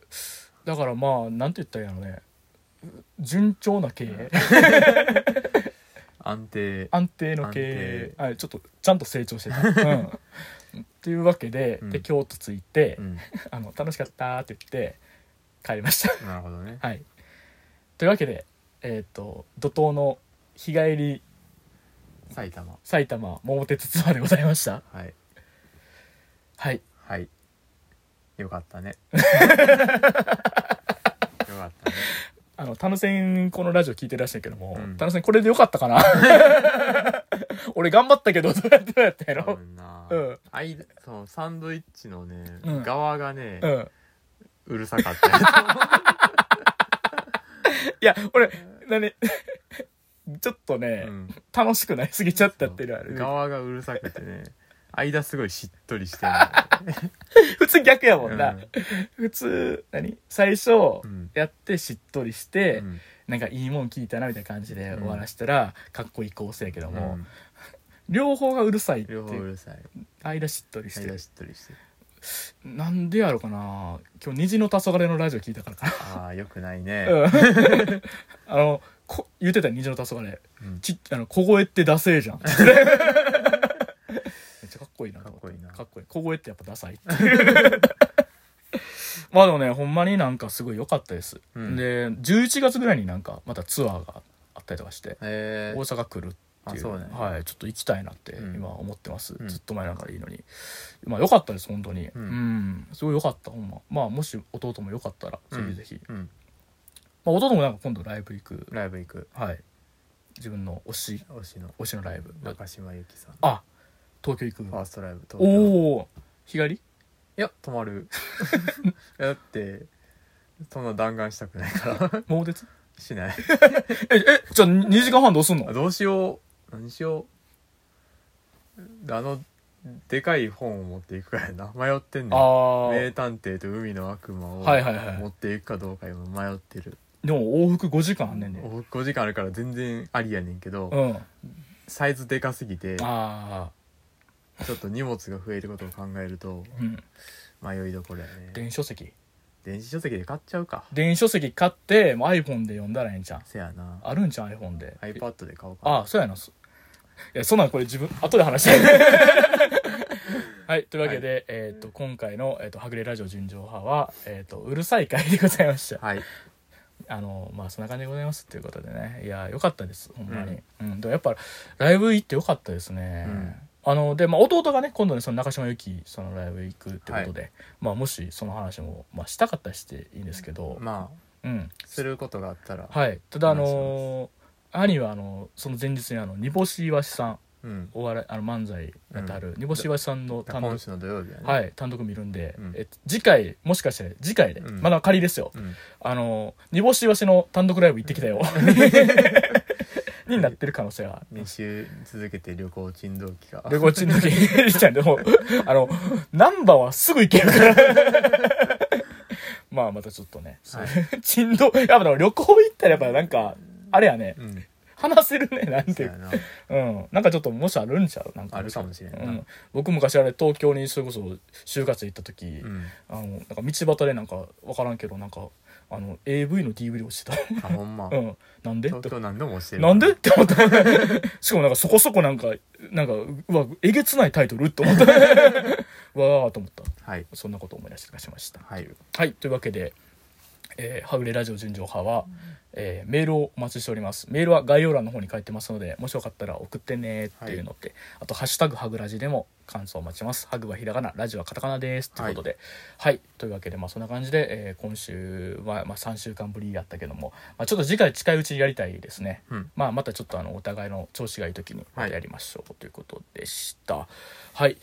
Speaker 1: だからまあ、なんて言ったらいいのね。順調な経営。
Speaker 2: 安定。
Speaker 1: 安定の経営。はい、ちょっと、ちゃんと成長して
Speaker 2: [LAUGHS]
Speaker 1: た。うん。っていうわけで、
Speaker 2: うん
Speaker 1: で、京都着いて、
Speaker 2: うん。
Speaker 1: あの、楽しかったーって言って、帰りました。
Speaker 2: なるほどね。
Speaker 1: はい。というわけで、えっ、と、怒涛の日帰り
Speaker 2: 埼玉。
Speaker 1: 埼玉桃鉄ツアーでございました。
Speaker 2: はい。
Speaker 1: はい。
Speaker 2: はい。よか
Speaker 1: [LAUGHS]
Speaker 2: ったね。よかっ
Speaker 1: あの、タヌセンこのラジオ聞いてるらしいけども、
Speaker 2: うん
Speaker 1: タヌセンこれでよかったか
Speaker 2: [LAUGHS]
Speaker 1: な俺頑張ったけど、どうやってどうやったや
Speaker 2: た
Speaker 1: ろ
Speaker 2: ね。多分な。
Speaker 1: うん
Speaker 2: 間、そのサンドイッチのね、
Speaker 1: うん
Speaker 2: 側がね
Speaker 1: う、ん。
Speaker 2: うるさか
Speaker 1: [LAUGHS]
Speaker 2: ったや
Speaker 1: いや、俺、なに、 [LAUGHS] ちょっとね
Speaker 2: つ。、うん
Speaker 1: 楽しくなりすぎちゃったっていうのはある
Speaker 2: 側がうるさくて
Speaker 1: [LAUGHS]
Speaker 2: ね。間すごいしっとりしてる。
Speaker 1: 普通逆やも
Speaker 2: うんん
Speaker 1: な。普通、何最初、
Speaker 2: うん
Speaker 1: やってしっとりして、
Speaker 2: うん
Speaker 1: なんかいいもん聞いたなみたいな感じで終わらしたら、かっこいい構成やけども、
Speaker 2: うん
Speaker 1: 両方がうるさいってい
Speaker 2: 両方う
Speaker 1: う
Speaker 2: るさい。
Speaker 1: 間しっとりして
Speaker 2: 間しっとりしてる。
Speaker 1: なんでやろうかな今日虹の黄昏のラジオ聞いたからか
Speaker 2: ああ、よくない
Speaker 1: な、
Speaker 2: ね。
Speaker 1: [LAUGHS] あのこ言ってた虹の黄昏
Speaker 2: うん
Speaker 1: ちあの小声ってダセえ
Speaker 2: [LAUGHS]
Speaker 1: じゃんめっちゃかっこいいなと思
Speaker 2: かっこいいな
Speaker 1: かっこいい小声ってやっぱダサいっていう [LAUGHS] まあでもねほんまになんかすごい良かったです、
Speaker 2: うん
Speaker 1: で11月ぐらいになんかまたツアーがあったりとかして
Speaker 2: え
Speaker 1: 大
Speaker 2: ー
Speaker 1: 阪来るって
Speaker 2: あ
Speaker 1: い
Speaker 2: そううだね
Speaker 1: はい、ちょっと行きたいなって
Speaker 2: うん
Speaker 1: 今思ってます、
Speaker 2: うん
Speaker 1: ずっと前なんかでいいのにまあ良かったです本当にう、
Speaker 2: うんん
Speaker 1: すごい良かったほんままあもし弟も良かったらぜひぜひ、
Speaker 2: うん。
Speaker 1: まあ、弟もなんか今度ライブ行く
Speaker 2: ライブ行く。
Speaker 1: はい自分の推し
Speaker 2: 推しの
Speaker 1: 推しのライブ
Speaker 2: 中島由紀さん。
Speaker 1: あ東京行く
Speaker 2: ファーストライブ東京
Speaker 1: おお日帰り
Speaker 2: いや泊
Speaker 1: [LAUGHS]
Speaker 2: まるいやだってそんな弾丸したくないから [LAUGHS]
Speaker 1: 猛烈
Speaker 2: しない
Speaker 1: ええじゃあ2時間半どうすんの
Speaker 2: あどうしよう何しようあのでかい本を持っていくからな迷って
Speaker 1: あ
Speaker 2: んねん
Speaker 1: あ
Speaker 2: 名探偵と海の悪魔を
Speaker 1: はいはいはい
Speaker 2: 持っていくかどうか今迷ってる、
Speaker 1: でも往復5時間あんねんね
Speaker 2: お5時間あるから全然ありやねんけど、
Speaker 1: うんあ
Speaker 2: サイズでかすぎて
Speaker 1: あ
Speaker 2: ちょっと荷物が増えることを考えると
Speaker 1: ーうん
Speaker 2: 迷いどころやね
Speaker 1: 電子書籍
Speaker 2: 電子書籍で買っちゃうか
Speaker 1: 電子書籍買ってもう iPhone で読んだらええんちゃん
Speaker 2: せやな
Speaker 1: あるんちゃん iPhone で
Speaker 2: iPad で買おうかな
Speaker 1: ああそうやなそいやそんなんこれ自分後で話してはいというわけで、えー、と今回の、えーと「はぐれラジオ純情派は」えーとうるさい回でございました
Speaker 2: はい
Speaker 1: あのまあそんな感じでございますということでねいやよかったですほんまに、うんでもやっぱライブ行ってよかったですね、
Speaker 2: うん
Speaker 1: あので、まあ、弟がね今度ねその中島由紀そのライブ行くってことで、まあ、もしその話も、まあ、したかったらしていいんですけど、
Speaker 2: まあ
Speaker 1: うん、
Speaker 2: することがあったら、
Speaker 1: はいただあ
Speaker 2: お
Speaker 1: の兄はあのその前日にあの煮干しわしさん
Speaker 2: うん、
Speaker 1: お笑いあの漫才やってある煮干しわしさんの単
Speaker 2: 今
Speaker 1: 独
Speaker 2: 週の土曜日やね、
Speaker 1: はいい単独見るんで、
Speaker 2: うん
Speaker 1: え次回もしかして次回で、
Speaker 2: うん
Speaker 1: まだ仮ですよ
Speaker 2: うん、
Speaker 1: あの煮干しわしの単独ライブ行ってき [LAUGHS] たよになってる可能性が
Speaker 2: 2週続けて旅行珍道期が
Speaker 1: 旅行中の時にちゃんでも [LAUGHS] あの難波はすぐ行けるから [LAUGHS] まあまたちょっとね [LAUGHS]
Speaker 2: はい、
Speaker 1: 珍道やっぱでも旅行行ったらやっぱなんかあれやね [LAUGHS]
Speaker 2: うん、
Speaker 1: 話せるねなん
Speaker 2: [LAUGHS] そ
Speaker 1: ていうう
Speaker 2: やな
Speaker 1: うん、なんかちょっともしあるんちゃうなんか
Speaker 2: あるかもしれんな
Speaker 1: うん、僕昔あれ東京にそれこそ就活行った時、
Speaker 2: うん
Speaker 1: あのなんか道端でなんか分からんけどなんかあの AV の DVD 落ちて
Speaker 2: あほんま、
Speaker 1: た、うん、なんでっ
Speaker 2: 東
Speaker 1: て
Speaker 2: 京何度もしてる
Speaker 1: なんでって思った [LAUGHS] しかもなんかそこそこなんかなんかうわえげつないタイトルって思った [LAUGHS] わーと思った
Speaker 2: はい
Speaker 1: そんなことを思い出してかしました
Speaker 2: はい
Speaker 1: はい、というわけで、えーはぐれラジオ純情派は、えーメールをお待ちしております。メールは概要欄の方に書いてますので、もしよかったら送ってねっていうのって、あと、ハッシュタグはぐらじでも感想お待ちしてます。ハグはひらがな、ラジオはカタカナです。ということで。はい。というわけで、まあそんな感じで、えー今週は、まあ3週間ぶりやったけども、まあちょっと次回近いうちにやりたいですね。
Speaker 2: うん
Speaker 1: まあまたちょっとあの、お互いの調子がいい時にま
Speaker 2: はい
Speaker 1: たやりましょうということでした。はい。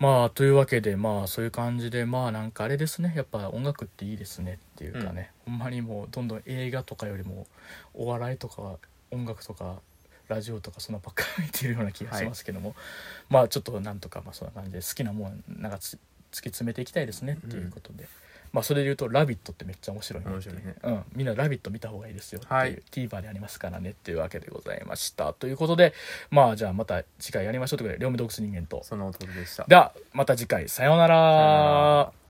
Speaker 1: まあというわけで、まあそういう感じで、まあなんかあれですね。やっぱ音楽っていいですねっていうかね、ほんまにもうどんどん映画とかよりも、お笑いとか音楽とかラジオとかそんなばっかり見てるような気がしますけども、まあちょっとなんとかまあそんな感じで好きなもんなんかつ突き詰めていきたいですねっていうことで、まあそれで言うと「ラビット!」ってめっちゃ面白いねっていう
Speaker 2: 面白いね
Speaker 1: うん、みんな「ラビット!」見た方がいいですよっていう、
Speaker 2: はい
Speaker 1: TVer でありますからねっていうわけでございましたということでまあじゃあまた次回やりましょうということで「両目洞窟人間と
Speaker 2: その男でした」
Speaker 1: ではまた次回さような
Speaker 2: さような
Speaker 1: ら
Speaker 2: ら